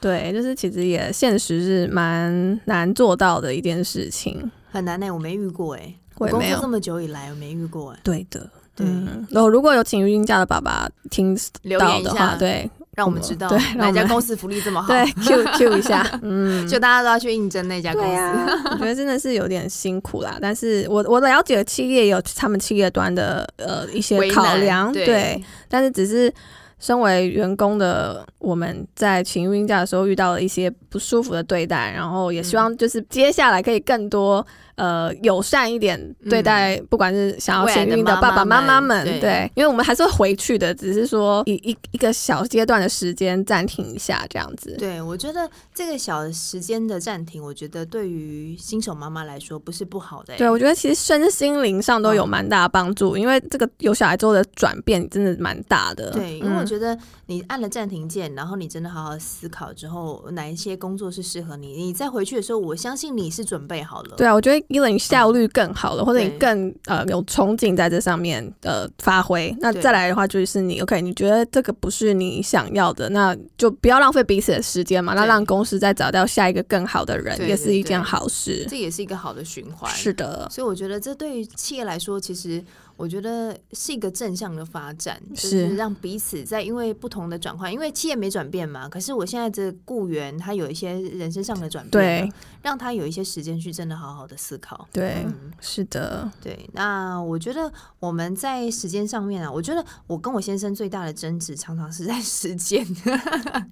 Speaker 4: 对，就是其实也现实是蛮难做到的一件事情。
Speaker 3: 很难呢、我没遇过哎、欸，
Speaker 4: 我也
Speaker 3: 工
Speaker 4: 没
Speaker 3: 作这
Speaker 4: 有，
Speaker 3: 么久以来，我没遇过哎、
Speaker 4: 对的。
Speaker 3: 对
Speaker 4: 嗯，然后如果有请孕假的爸爸听
Speaker 3: 留
Speaker 4: 到
Speaker 3: 言一
Speaker 4: 的话，
Speaker 3: 下，，哦
Speaker 4: 对
Speaker 3: 让我们知道
Speaker 4: 对让
Speaker 3: 哪
Speaker 4: 我
Speaker 3: 家
Speaker 4: 们
Speaker 3: 公司福利这么好，
Speaker 4: 对，Q Q 一下，嗯，
Speaker 3: 就大家都要去应征那家公
Speaker 4: 对啊
Speaker 3: 司。
Speaker 4: 呀，我觉得真的是有点辛苦啦。但是我我了解企业有他们企业端的呃一些
Speaker 3: 为
Speaker 4: 考
Speaker 3: 难
Speaker 4: 量，
Speaker 3: 对
Speaker 4: 但是只是身为员工的我们在请孕假的时候遇到了一些不舒服的对待，然后也希
Speaker 3: 嗯
Speaker 4: 望就是接下来可以更多呃友善一点对待，不管是想要请孕的爸爸妈妈们，
Speaker 3: 嗯未来的妈妈们对
Speaker 4: 对，因为我们还是会回去的，只是说以一一个小阶段的时间暂停一下这样子。
Speaker 3: 对，我觉得这个小时间的暂停，我觉得对于新手妈妈来说不是不好的、欸。
Speaker 4: 对，我觉得其实身心灵上都有
Speaker 3: 嗯
Speaker 4: 蛮大的帮助，因为这个有小孩之后的转变真的蛮大的。
Speaker 3: 对，因为我
Speaker 4: 嗯
Speaker 3: 觉得你按了暂停键，然后你真的好好思考之后，哪一些工作是适合你，你再回去的时候，我相信你是准备好了。
Speaker 4: 对啊，我觉得一来你效率更好了，或者你
Speaker 3: 对
Speaker 4: 更呃有憧憬在这上面呃发挥。那
Speaker 3: 对
Speaker 4: 再来的话就是你 OK，你觉得这个不是你想要的，那就不要浪费彼此的时间嘛，那
Speaker 3: 对
Speaker 4: 让公司再找到下一个更好的人，
Speaker 3: 对
Speaker 4: 也
Speaker 3: 对
Speaker 4: 是一件
Speaker 3: 对
Speaker 4: 好事。
Speaker 3: 这也是一个好的循环。
Speaker 4: 是的，
Speaker 3: 所以我觉得这对于企业来说，其实我觉得是一个正向的发展，就是是让彼此在因为不同的转换，因为企业没转变嘛，可是我现在的雇员他有一些人生上的转变
Speaker 4: 对
Speaker 3: 了，让他有一些时间去真的好好的思考。
Speaker 4: 对，
Speaker 3: 嗯，
Speaker 4: 是的，
Speaker 3: 对，那我觉得我们在时间上面啊，我觉得我跟我先生最大的争执常常是在时间。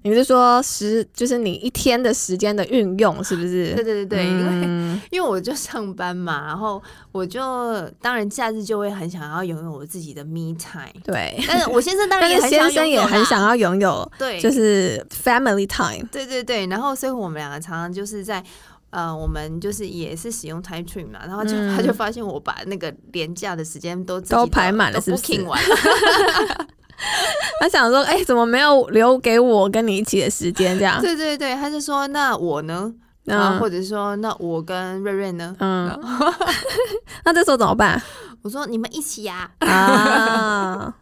Speaker 4: 你是说时就是你一天的时间的运用是不是？
Speaker 3: 对对对对，因为
Speaker 4: 嗯
Speaker 3: 因为我就上班嘛，然后我就当然假日就会很想要拥有我自己的 me time，
Speaker 4: 对，
Speaker 3: 但是我先生当然
Speaker 4: 但
Speaker 3: 也
Speaker 4: 是
Speaker 3: 很想
Speaker 4: 先生也
Speaker 3: 拥有啦
Speaker 4: 很想要拥有，
Speaker 3: 对，
Speaker 4: 就是 family time。
Speaker 3: 对对对，然后所以我们两个常常就是在。呃，我们就是也是使用 Time Tree 嘛，然后就、他就发现我把那个廉价的时间都自己
Speaker 4: 嗯都
Speaker 3: 的
Speaker 4: 排满了
Speaker 3: 都
Speaker 4: 是不是
Speaker 3: booking 完 了，
Speaker 4: 他想说，哎、怎么没有留给我跟你一起的时间？这样，
Speaker 3: 对对对，他就说那我呢，然后
Speaker 4: 嗯
Speaker 3: 或者说那我跟瑞瑞呢，
Speaker 4: 嗯，
Speaker 3: 哦
Speaker 4: 那这时候怎 么办
Speaker 3: 我说你们一起呀、
Speaker 4: 啊？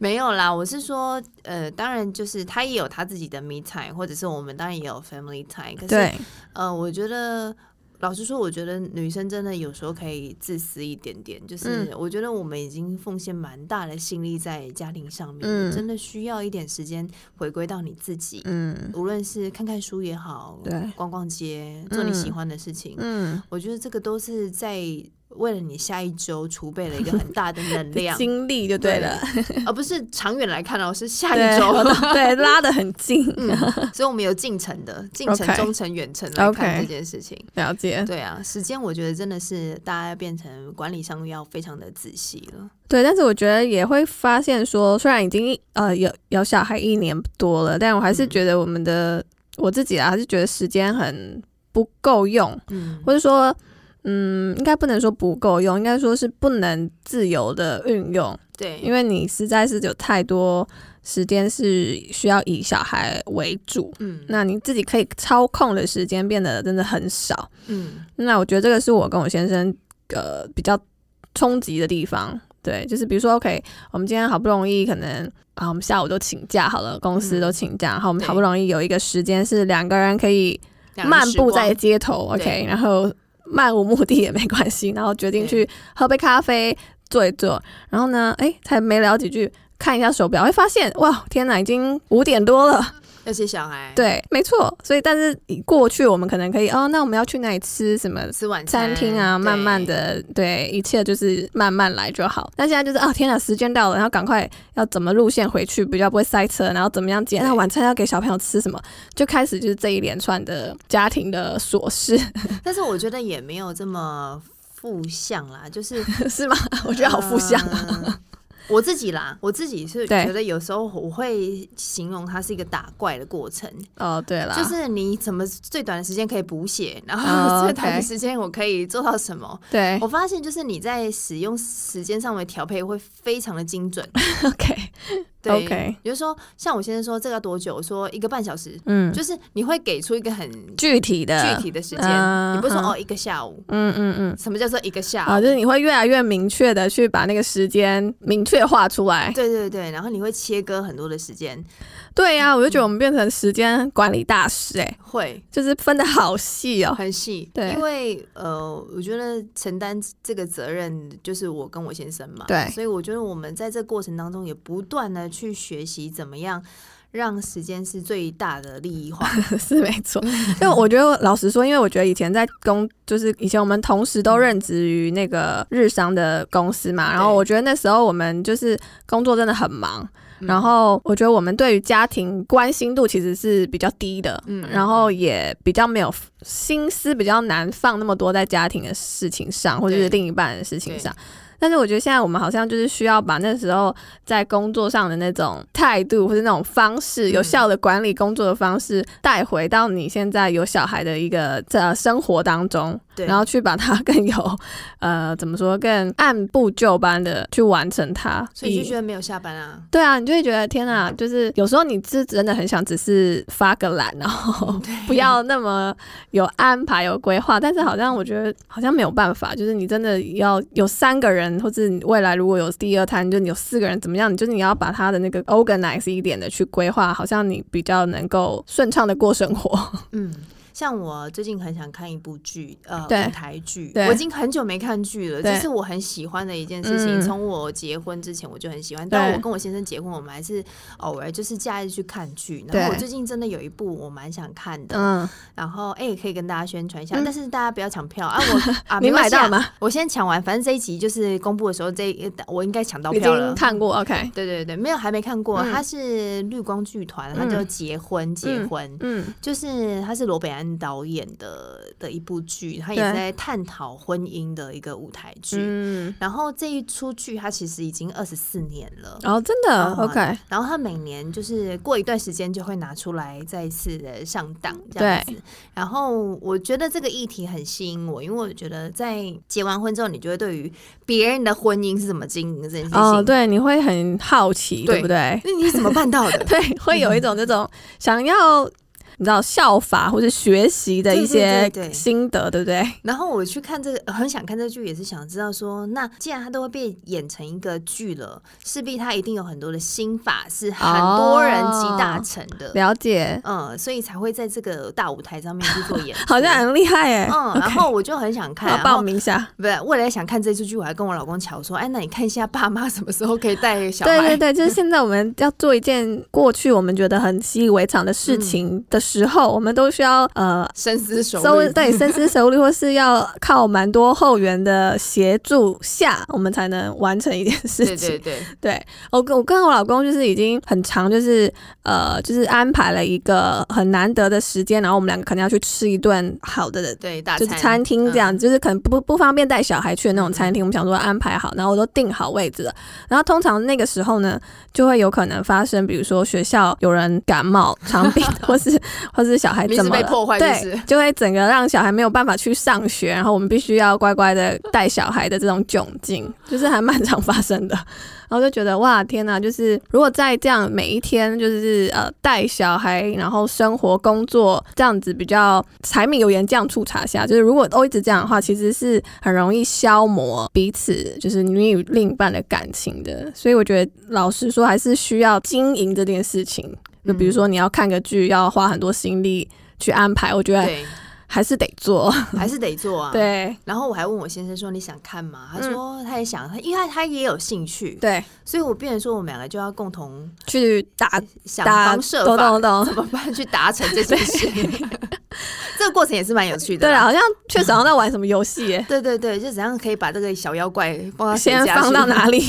Speaker 3: 没有啦，我是说，呃，当然就是他也有他自己的 me time，或者是我们当然也有 family time。可是，
Speaker 4: 对，
Speaker 3: 呃，我觉得老实说，我觉得女生真的有时候可以自私一点点，
Speaker 4: 嗯
Speaker 3: 就是我觉得我们已经奉献蛮大的心力在家庭上面，
Speaker 4: 嗯
Speaker 3: 真的需要一点时间回归到你自己，
Speaker 4: 嗯
Speaker 3: 无论是看看书也好，
Speaker 4: 对
Speaker 3: 逛逛街，做你喜欢的事情，
Speaker 4: 嗯，
Speaker 3: 我觉得这个都是在为了你下一周储备了一个很大的 能量。
Speaker 4: 经历就对了，
Speaker 3: 而不是长远来看哦，是下
Speaker 4: 对
Speaker 3: 一周。
Speaker 4: 我懂对，拉得很近，
Speaker 3: 嗯，所以我们有近程的、近程、
Speaker 4: OK
Speaker 3: 中程、远程来
Speaker 4: OK
Speaker 3: 看这件事情。
Speaker 4: 了解。
Speaker 3: 对啊，时间我觉得真的是大家变成管理上要非常的仔细了。
Speaker 4: 对，但是我觉得也会发现说，虽然已经呃有有小孩一年多了，但我还是
Speaker 3: 嗯
Speaker 4: 觉得我们的、我自己啊，还是觉得时间很不够用，
Speaker 3: 嗯，
Speaker 4: 或者说，嗯，应该不能说不够用，应该说是不能自由的运用，
Speaker 3: 对，
Speaker 4: 因为你实在是有太多时间是需要以小孩为主，
Speaker 3: 嗯
Speaker 4: 那你自己可以操控的时间变得真的很少。
Speaker 3: 嗯
Speaker 4: 那我觉得这个是我跟我先生呃比较冲击的地方。对，就是比如说，OK，我们今天好不容易可能啊，我们下午都请假好了，公
Speaker 3: 嗯
Speaker 4: 司都请假，然后我们
Speaker 3: 对
Speaker 4: 好不容易有一个时间是两个人可以漫步在街头，OK，
Speaker 3: 对
Speaker 4: 然后漫无目的也没关系，然后决定去喝杯咖啡坐一坐，然后呢，哎，才没聊几句，看一下手表，会发现哇，天哪，已经五点多了。
Speaker 3: 那些小孩，，
Speaker 4: 对，没错。所以，但是以过去我们可能可以哦，那我们要去哪里吃什么
Speaker 3: 吃晚
Speaker 4: 餐厅啊，
Speaker 3: 对
Speaker 4: 慢慢的，对，一切就是慢慢来就好。那现在就是啊，天哪，时间到了，然后赶快要怎么路线回去，比较不会塞车，然后怎么样接，
Speaker 3: 对
Speaker 4: 那晚餐要给小朋友吃什么，就开始就是这一连串的家庭的琐事，
Speaker 3: 但是我觉得也没有这么负向啦，就是
Speaker 4: 是吗？我觉得好负向啊。
Speaker 3: 啊。我自己啦，我自己是
Speaker 4: 对
Speaker 3: 觉得有时候我会形容它是一个打怪的过程，
Speaker 4: 哦，对啦，
Speaker 3: 就是你怎么最短的时间可以补血，然
Speaker 4: 哦
Speaker 3: 后最短
Speaker 4: OK
Speaker 3: 的时间我可以做到什么？
Speaker 4: 对
Speaker 3: 我发现就是你在使用时间上面调配会非常的精 准。
Speaker 4: ，OK，
Speaker 3: 对
Speaker 4: OK
Speaker 3: 比如说像我先生说这个要多久，我说一个半小时，
Speaker 4: 嗯，
Speaker 3: 就是你会给出一个很具
Speaker 4: 具体的，
Speaker 3: 体的时间，
Speaker 4: 嗯
Speaker 3: 你不是说
Speaker 4: 哼
Speaker 3: 哦一个下午，
Speaker 4: 嗯嗯嗯，
Speaker 3: 什么叫做一个下午？
Speaker 4: 啊，就是你会越来越明确的去把那个时间明确化出来。
Speaker 3: 对对对，然后你会切割很多的时间，
Speaker 4: 对呀、我就觉得我们变成时间管理大师哎、
Speaker 3: 会
Speaker 4: 就是分的好细哦、
Speaker 3: 很细。
Speaker 4: 对
Speaker 3: 因为呃，我觉得承担这个责任就是我跟我先生嘛，
Speaker 4: 对
Speaker 3: 所以我觉得我们在这过程当中也不断的去学习怎么样让时间是最大的利益化。
Speaker 4: 是没错。因为我觉得老实说，因为我觉得以前在公，就是以前我们同时都任职于那个日商的公司嘛，然后
Speaker 3: 对
Speaker 4: 我觉得那时候我们就是工作真的很忙，
Speaker 3: 嗯
Speaker 4: 然后我觉得我们对于家庭关心度其实是比较低的，
Speaker 3: 嗯
Speaker 4: 然后也比较没有心思，比较难放那么多在家庭的事情上，或者是
Speaker 3: 对
Speaker 4: 另一半的事情上。但是我觉得现在我们好像就是需要把那时候在工作上的那种态度，或者那种方式，
Speaker 3: 嗯
Speaker 4: 有效的管理工作的方式，带回到你现在有小孩的一个呃生活当中，
Speaker 3: 对，
Speaker 4: 然后去把它更有呃怎么说更按部就班的去完成它。
Speaker 3: 所以你就觉得没有下班啊？
Speaker 4: 对啊，你就会觉得天啊，就是有时候你是真的很想只是发个懒，然
Speaker 3: 嗯
Speaker 4: 后 不要那么有安排、有规划，但是好像我觉得好像没有办法，就是你真的要有三个人，或者你未来如果有第二摊，就你有四个人怎么样，你就是你要把他的那个 organize 一点的去规划，好像你比较能够顺畅的过生活。
Speaker 3: 嗯，像我最近很想看一部剧，呃，
Speaker 4: 对
Speaker 3: 舞台剧，
Speaker 4: 对
Speaker 3: 我已经很久没看剧了，
Speaker 4: 对
Speaker 3: 这是我很喜欢的一件事情。
Speaker 4: 嗯
Speaker 3: 从我结婚之前我就很喜欢，
Speaker 4: 对
Speaker 3: 但我跟我先生结婚，我们还是偶尔就是假日去看剧。
Speaker 4: 对
Speaker 3: 然后我最近真的有一部我蛮想看的，
Speaker 4: 嗯，
Speaker 3: 然后哎、可以跟大家宣传一下，
Speaker 4: 嗯
Speaker 3: 但是大家不要抢票 啊！我啊，
Speaker 4: 你
Speaker 3: 没关系啊
Speaker 4: 买到吗？
Speaker 3: 我先抢完，反正这一集就是公布的时候，这一呃我应该抢到
Speaker 4: 已
Speaker 3: 票了嗯
Speaker 4: 经。看过，OK，
Speaker 3: 对对对，没有还没看过，
Speaker 4: 嗯
Speaker 3: 他是绿光剧团，他
Speaker 4: 嗯
Speaker 3: 叫结婚、结婚。
Speaker 4: 嗯
Speaker 3: 就是他是罗北安导演的的一部剧，他也
Speaker 4: 对
Speaker 3: 是在探讨婚姻的一个舞台剧。
Speaker 4: 嗯，
Speaker 3: 然后这一出剧，它其实已经二十四年了。
Speaker 4: 哦，真的
Speaker 3: 嗯
Speaker 4: ，OK，
Speaker 3: 然后他每年就是过一段时间就会拿出来再一次的上档这样子。然后我觉得这个议题很吸引我，因为我觉得在结完婚之后，你就会对于别人的婚姻是怎么经营这件事情，
Speaker 4: 哦，，对，你会很好奇，
Speaker 3: 对
Speaker 4: 对不对？
Speaker 3: 那你是怎么办到 的？
Speaker 4: 对，会有一种这种想要。你知道效法或是学习的一
Speaker 3: 对
Speaker 4: 些
Speaker 3: 对对对
Speaker 4: 心得，对不对？
Speaker 3: 然后我去看这个，很想看这剧，也是想知道说，那既然它都会被演成一个剧了，势必它一定有很多的心法是很多人集大成的，
Speaker 4: 哦了解，
Speaker 3: 嗯，所以才会在这个大舞台上面去做演出。
Speaker 4: 好像很厉害哎。
Speaker 3: 嗯，然后我就很想看，
Speaker 4: 我要
Speaker 3: 然
Speaker 4: 报
Speaker 3: 后
Speaker 4: 名一下。
Speaker 3: 不是未来想看这出剧，我还跟我老公瞧说，哎，那你看一下爸妈什么时候可以带小
Speaker 4: 对对
Speaker 3: 孩？
Speaker 4: 对，就是现在我们要做一件过去我们觉得很习以为常的事
Speaker 3: 嗯
Speaker 4: 情的时候，我们都需要呃。
Speaker 3: 深思熟
Speaker 4: 搜
Speaker 3: 虑，
Speaker 4: 对深思熟虑，或是要靠蛮多后援的协助下，我们才能完成一件事
Speaker 3: 对
Speaker 4: 情。
Speaker 3: 对对，
Speaker 4: 对我跟我跟我老公就是已经很长，就是呃，就是安排了一个很难得的时间，然后我们两个可能要去吃一顿好的
Speaker 3: 对大
Speaker 4: 就是餐厅这样，
Speaker 3: 嗯
Speaker 4: 就是可能不不方便带小孩去的那种餐厅，我们想说安排好，然后我都订好位置了。然后通常那个时候呢，就会有可能发生，比如说学校有人感冒、长 病，或是或是小孩
Speaker 3: 名字
Speaker 4: 怎么
Speaker 3: 被
Speaker 4: 了
Speaker 3: 破坏就
Speaker 4: 对
Speaker 3: 是，
Speaker 4: 就会整个让小孩没有办法去上学，然后我们必须要乖乖的带小孩的这种窘境，就是还蛮常发生的。然后就觉得哇天呐，就是如果再这样每一天就是呃带小孩，然后生活工作这样子比较柴米油盐酱醋茶下，就是如果都一直这样的话，其实是很容易消磨彼此就是你与另一半的感情的。所以我觉得老实说，还是需要经营这件事情。就
Speaker 3: 嗯
Speaker 4: 比如说你要看个剧，要花很多心力去安排，我觉得
Speaker 3: 对，
Speaker 4: 还是得做。
Speaker 3: 还是得做啊，。
Speaker 4: 对
Speaker 3: 然后我还问我先生说你想看吗？他说他也想，他因为他他也有兴趣，
Speaker 4: 嗯对，
Speaker 3: 所以我变成说我们两个就要共同
Speaker 4: 去打
Speaker 3: 想
Speaker 4: 打，
Speaker 3: 方设
Speaker 4: 懂
Speaker 3: 法
Speaker 4: 懂懂。
Speaker 3: 怎么办去达成这件事。 这个过程也是蛮有趣的
Speaker 4: 对啊，
Speaker 3: 啦，
Speaker 4: 好像确实好 像在玩什么游戏耶。
Speaker 3: 对对对，就怎样可以把这个小妖怪放到谁
Speaker 4: 先
Speaker 3: 家去
Speaker 4: 放到哪？ 里？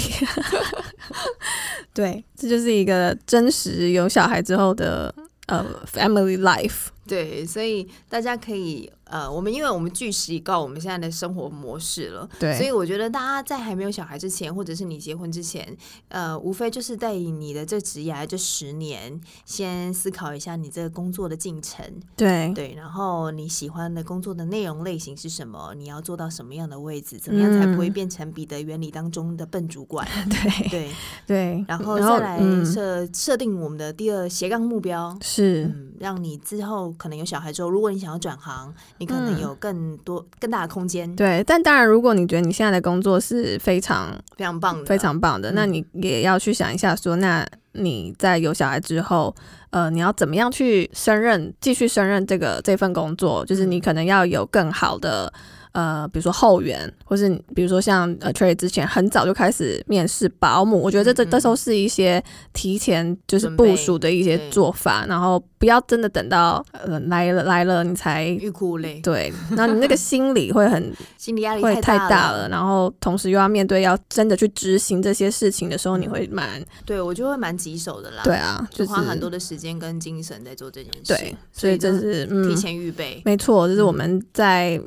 Speaker 4: 对，这就是一个真实有小孩之后的呃 family life。
Speaker 3: 对，所以大家可以呃，我们因为我们据实以告我们现在的生活模式了，
Speaker 4: 对
Speaker 3: 所以我觉得大家在还没有小孩之前，或者是你结婚之前，呃，无非就是在你的这职涯这十年，先思考一下你这个工作的进程，
Speaker 4: 对
Speaker 3: 对，然后你喜欢的工作的内容类型是什么？你要做到什么样的位置？怎么样才不会
Speaker 4: 嗯
Speaker 3: 变成彼得原理当中的笨主 管？
Speaker 4: 对
Speaker 3: 对，
Speaker 4: 对，
Speaker 3: 然后再来
Speaker 4: 嗯
Speaker 3: 设设定我们的第二斜杠目标。
Speaker 4: 是
Speaker 3: 嗯，让你之后可能有小孩之后，如果你想要转行，你可能
Speaker 4: 嗯
Speaker 3: 有更多更大的空间，
Speaker 4: 对，但当然，如果你觉得你现在的工作是非常
Speaker 3: 非常棒的，
Speaker 4: 非常棒的，
Speaker 3: 嗯
Speaker 4: 那你也要去想一下说，那你在有小孩之后，呃，你要怎么样去胜任，继续胜任这个这份工作？
Speaker 3: 嗯
Speaker 4: 就是你可能要有更好的。呃，比如说后援，或是比如说像呃 Trey 之前很早就开始面试保姆，我觉得这
Speaker 3: 嗯嗯
Speaker 4: 这这都是一些提前就是
Speaker 3: 准备
Speaker 4: 部署的一些
Speaker 3: 对
Speaker 4: 做法，然后不要真的等到呃来了来了你才
Speaker 3: 欲哭无泪，
Speaker 4: 对，那你那个心理会很
Speaker 3: 心理压力
Speaker 4: 会太
Speaker 3: 大
Speaker 4: 大了，然后同时又要面对要真的去执行这些事情的时候，
Speaker 3: 嗯
Speaker 4: 你会蛮
Speaker 3: 对我就会蛮棘手的啦，
Speaker 4: 对，啊，
Speaker 3: 就
Speaker 4: 就是
Speaker 3: 花很多的时间跟精神在做这件事，
Speaker 4: 对，所以这
Speaker 3: 就是提
Speaker 4: 嗯，
Speaker 3: 前预备，
Speaker 4: 没错，这是我们在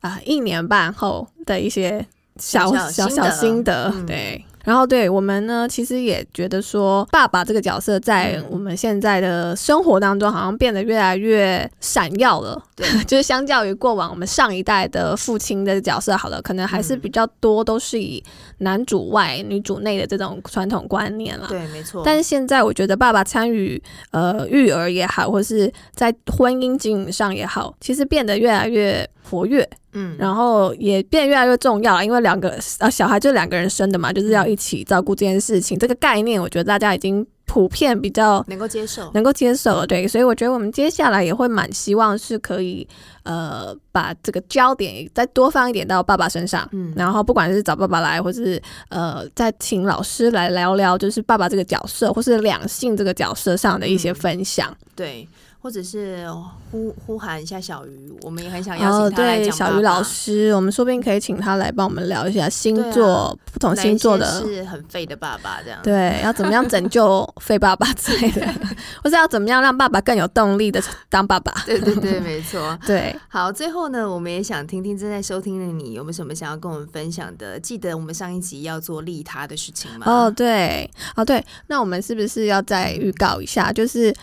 Speaker 4: 啊、一年半后的一些小
Speaker 3: 小
Speaker 4: 小
Speaker 3: 心得
Speaker 4: 小心得，
Speaker 3: 嗯
Speaker 4: 对。然后对我们呢，其实也觉得说，爸爸这个角色在
Speaker 3: 嗯
Speaker 4: 我们现在的生活当中，好像变得越来越闪耀了。
Speaker 3: 对，
Speaker 4: 就是相较于过往我们上一代的父亲的角色，好了，可能还是
Speaker 3: 嗯
Speaker 4: 比较多都是以男主外、女主内的这种传统观念啦。
Speaker 3: 对，没错，
Speaker 4: 但是现在我觉得爸爸参与呃育儿也好，或是在婚姻经营上也好，其实变得越来越活跃，
Speaker 3: 嗯，
Speaker 4: 然后也变越来越重要了。因为两个呃小孩就是两个人生的嘛，就是要一起照顾这件事情。这个概念，我觉得大家已经。普遍比较
Speaker 3: 能够接受。
Speaker 4: 能够接受了，对，所以我觉得我们接下来也会蛮希望是可以，呃，把这个焦点再多放一点到爸爸身上，
Speaker 3: 嗯
Speaker 4: 然后不管是找爸爸来，或是呃，再请老师来聊聊，就是爸爸这个角色，或是两性这个角色上的一
Speaker 3: 嗯
Speaker 4: 些分享。
Speaker 3: 对，或者是呼呼喊一下小鱼，我们也很想
Speaker 4: 然
Speaker 3: 邀
Speaker 4: 后
Speaker 3: 请他来
Speaker 4: 哦对
Speaker 3: 讲爸爸、
Speaker 4: 小鱼老师，我们说不定可以请他来帮我们聊一下星
Speaker 3: 对啊
Speaker 4: 座，不同
Speaker 3: 哪一
Speaker 4: 星座
Speaker 3: 些
Speaker 4: 的。
Speaker 3: 是很废的爸爸这样。
Speaker 4: 对，要怎么样拯救 废爸爸之类的， 或是要怎么样让爸爸更有动力的当爸爸？
Speaker 3: 对对对，没错。
Speaker 4: 对，
Speaker 3: 好，最后呢，我们也想听听正在收听的你有没有什么想要跟我们分享的？记得我们上一集要做利他的事情吗？
Speaker 4: 哦，，对，哦对，那我们是不是要再预告一下？就是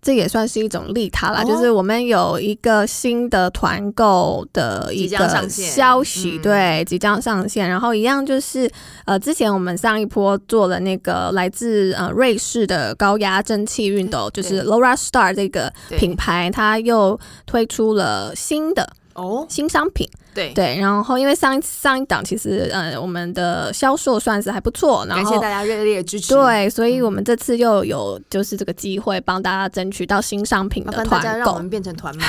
Speaker 4: 这也算是一种利他
Speaker 3: 哦
Speaker 4: 啦，就是我们有一个新的团购的一
Speaker 3: 即将
Speaker 4: 个
Speaker 3: 上线
Speaker 4: 消息，
Speaker 3: 嗯
Speaker 4: 对，即将上线。然后一样就是呃，之前我们上一波做了那个来自呃瑞士的高压蒸汽熨斗，就
Speaker 3: 对
Speaker 4: 是 Laura Star 这个
Speaker 3: 对
Speaker 4: 品牌，它又推出了新的
Speaker 3: 哦，
Speaker 4: 新商品。
Speaker 3: 对，
Speaker 4: 对，然后因为上一上一档其实呃我们的销售算是还不错，然
Speaker 3: 感谢
Speaker 4: 后
Speaker 3: 大家热烈的支持。，
Speaker 4: 对，所
Speaker 3: 嗯
Speaker 4: 以我们这次又有就是这个机会帮大家争取到新商品
Speaker 3: 麻
Speaker 4: 的
Speaker 3: 烦大家
Speaker 4: 团
Speaker 3: 让我
Speaker 4: 购
Speaker 3: 们。变成团 妈。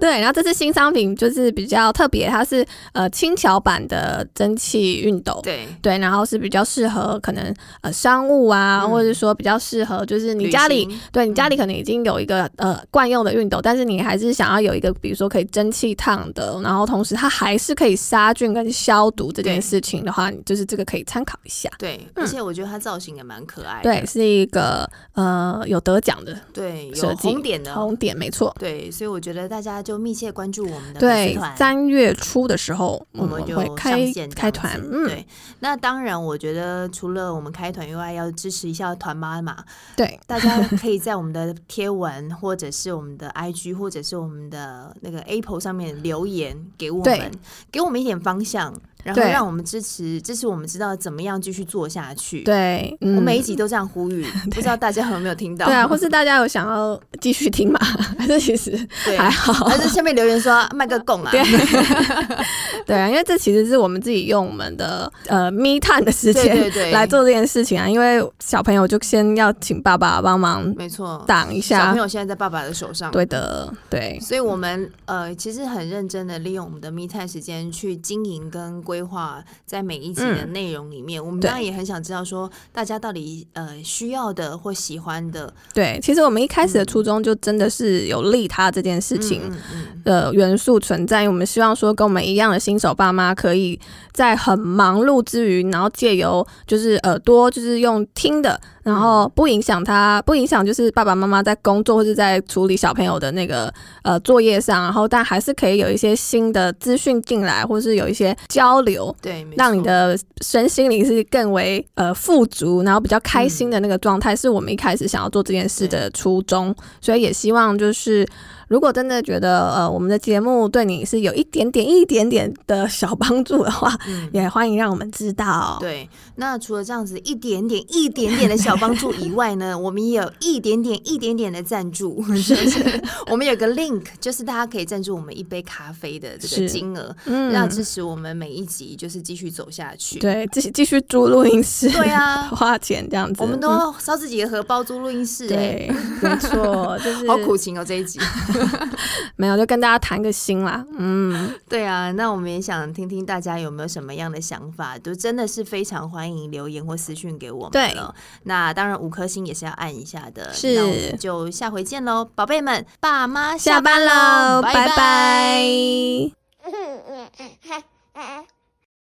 Speaker 4: 对，然后这次新商品就是比较特别，它是呃轻巧版的蒸汽熨斗。
Speaker 3: 对，
Speaker 4: 对，然后是比较适合可能呃商务啊，
Speaker 3: 嗯
Speaker 4: 或者是说比较适合就是你
Speaker 3: 旅
Speaker 4: 家里
Speaker 3: 行嗯
Speaker 4: 对你家里可能已经有一个呃惯用的熨斗，但是你还是想要有一个，比如说可以蒸汽烫的，然后同时它还是可以杀菌跟消毒这件
Speaker 3: 对
Speaker 4: 事情的话，你就是这个可以参考一下。
Speaker 3: 对，
Speaker 4: 嗯
Speaker 3: 而且我觉得它造型也蛮可爱的。
Speaker 4: 对，是一个呃有得奖的
Speaker 3: 对，
Speaker 4: 设
Speaker 3: 有
Speaker 4: 计
Speaker 3: 红点的。
Speaker 4: 红点没错。
Speaker 3: 对，所以我觉得大家就密切关注我们的粉丝
Speaker 4: 对，
Speaker 3: 团。
Speaker 4: 三月初的时候
Speaker 3: 我们就
Speaker 4: 会
Speaker 3: 上
Speaker 4: 开
Speaker 3: 线这样子
Speaker 4: 开团，嗯，
Speaker 3: 对。那当然，我觉得除了我们开团以外，要支持一下团妈嘛。
Speaker 4: 对，
Speaker 3: 大家可以在我们的贴文，或者是我们的 IG，或者是我们的那个 Apple 上面留言给我
Speaker 4: 对
Speaker 3: 们，给我们一点方向，然后
Speaker 4: 对
Speaker 3: 让我们支持支持我们知道怎么样继续做下去。，
Speaker 4: 对，嗯
Speaker 3: 我每一集都这样呼 吁，不知道大家有没有听到？
Speaker 4: 对啊，或是大家有想要继续听嘛？ 还是其实
Speaker 3: 对
Speaker 4: 还好，
Speaker 3: 还是下面留言说卖个供啊，
Speaker 4: 对对啊，因为这其实是我们自己用我们的呃密探的时
Speaker 3: 对
Speaker 4: 间
Speaker 3: 对对，
Speaker 4: 来，做这件事情啊，因为小朋友就先要请爸爸帮忙
Speaker 3: 没错。
Speaker 4: 挡一
Speaker 3: 小
Speaker 4: 下
Speaker 3: 朋，友现在在爸爸的手上，
Speaker 4: 对的，对，
Speaker 3: 所以，我们呃，其实很认真的利用我们的 me time 时间去经营跟规划，在每一集的
Speaker 4: 嗯
Speaker 3: 内容里面，我们
Speaker 4: 对
Speaker 3: 当然也很想知道说，大家到底呃需要的或喜欢的
Speaker 4: 对，其实我们一开始的初衷就真的是有利他这件事情，
Speaker 3: 嗯嗯嗯
Speaker 4: 的元素存在，因为我们希望说跟我们一样的新手爸妈，可以在很忙碌之余，然后借由就是耳朵，就是用听的，然后不影响他，不影响就是爸爸妈妈在工作或是在处理小朋友的那个呃作业上，然后但还是可以有一些新的资讯进来，或是有一些交流。
Speaker 3: 对，没
Speaker 4: 让你
Speaker 3: 错
Speaker 4: 的身心灵是更为呃富足，然后比较开心的那个状
Speaker 3: 嗯
Speaker 4: 态，是我们一开始想要做这件事的初衷。所以也希望就是，如果真的觉得呃我们的节目对你是有一点点、一点点的小帮助的话，
Speaker 3: 嗯
Speaker 4: 也欢迎让我们知道。
Speaker 3: 对，那除了这样子一点点、一点点的小帮助以外呢，我们也有一点点、一点点的赞 助，是不是？ 我们有个 link，就是大家可以赞助我们一杯咖啡的这
Speaker 4: 是
Speaker 3: 个金额，要
Speaker 4: 嗯，
Speaker 3: 支持我们每一集，就是继续走下去。
Speaker 4: 对，继续继续租录音室，
Speaker 3: 对啊，
Speaker 4: 花钱这样子，
Speaker 3: 我们
Speaker 4: 嗯、
Speaker 3: 都烧自己的荷包租录音室、欸，
Speaker 4: 对，没错，就 是
Speaker 3: 好苦，情哦这一 集。
Speaker 4: 没有就跟大家谈个心啦，嗯，
Speaker 3: 对啊，那我们也想听听大家有没有什么样的想法，就真的是非常欢迎留言或私讯给我
Speaker 4: 对
Speaker 3: 们了。那当然五颗星也是要按一下的，
Speaker 4: 是
Speaker 3: 那我们就下回见喽，宝贝们，爸妈
Speaker 4: 下班
Speaker 3: 喽，
Speaker 4: 喽，拜
Speaker 3: 拜
Speaker 4: 拜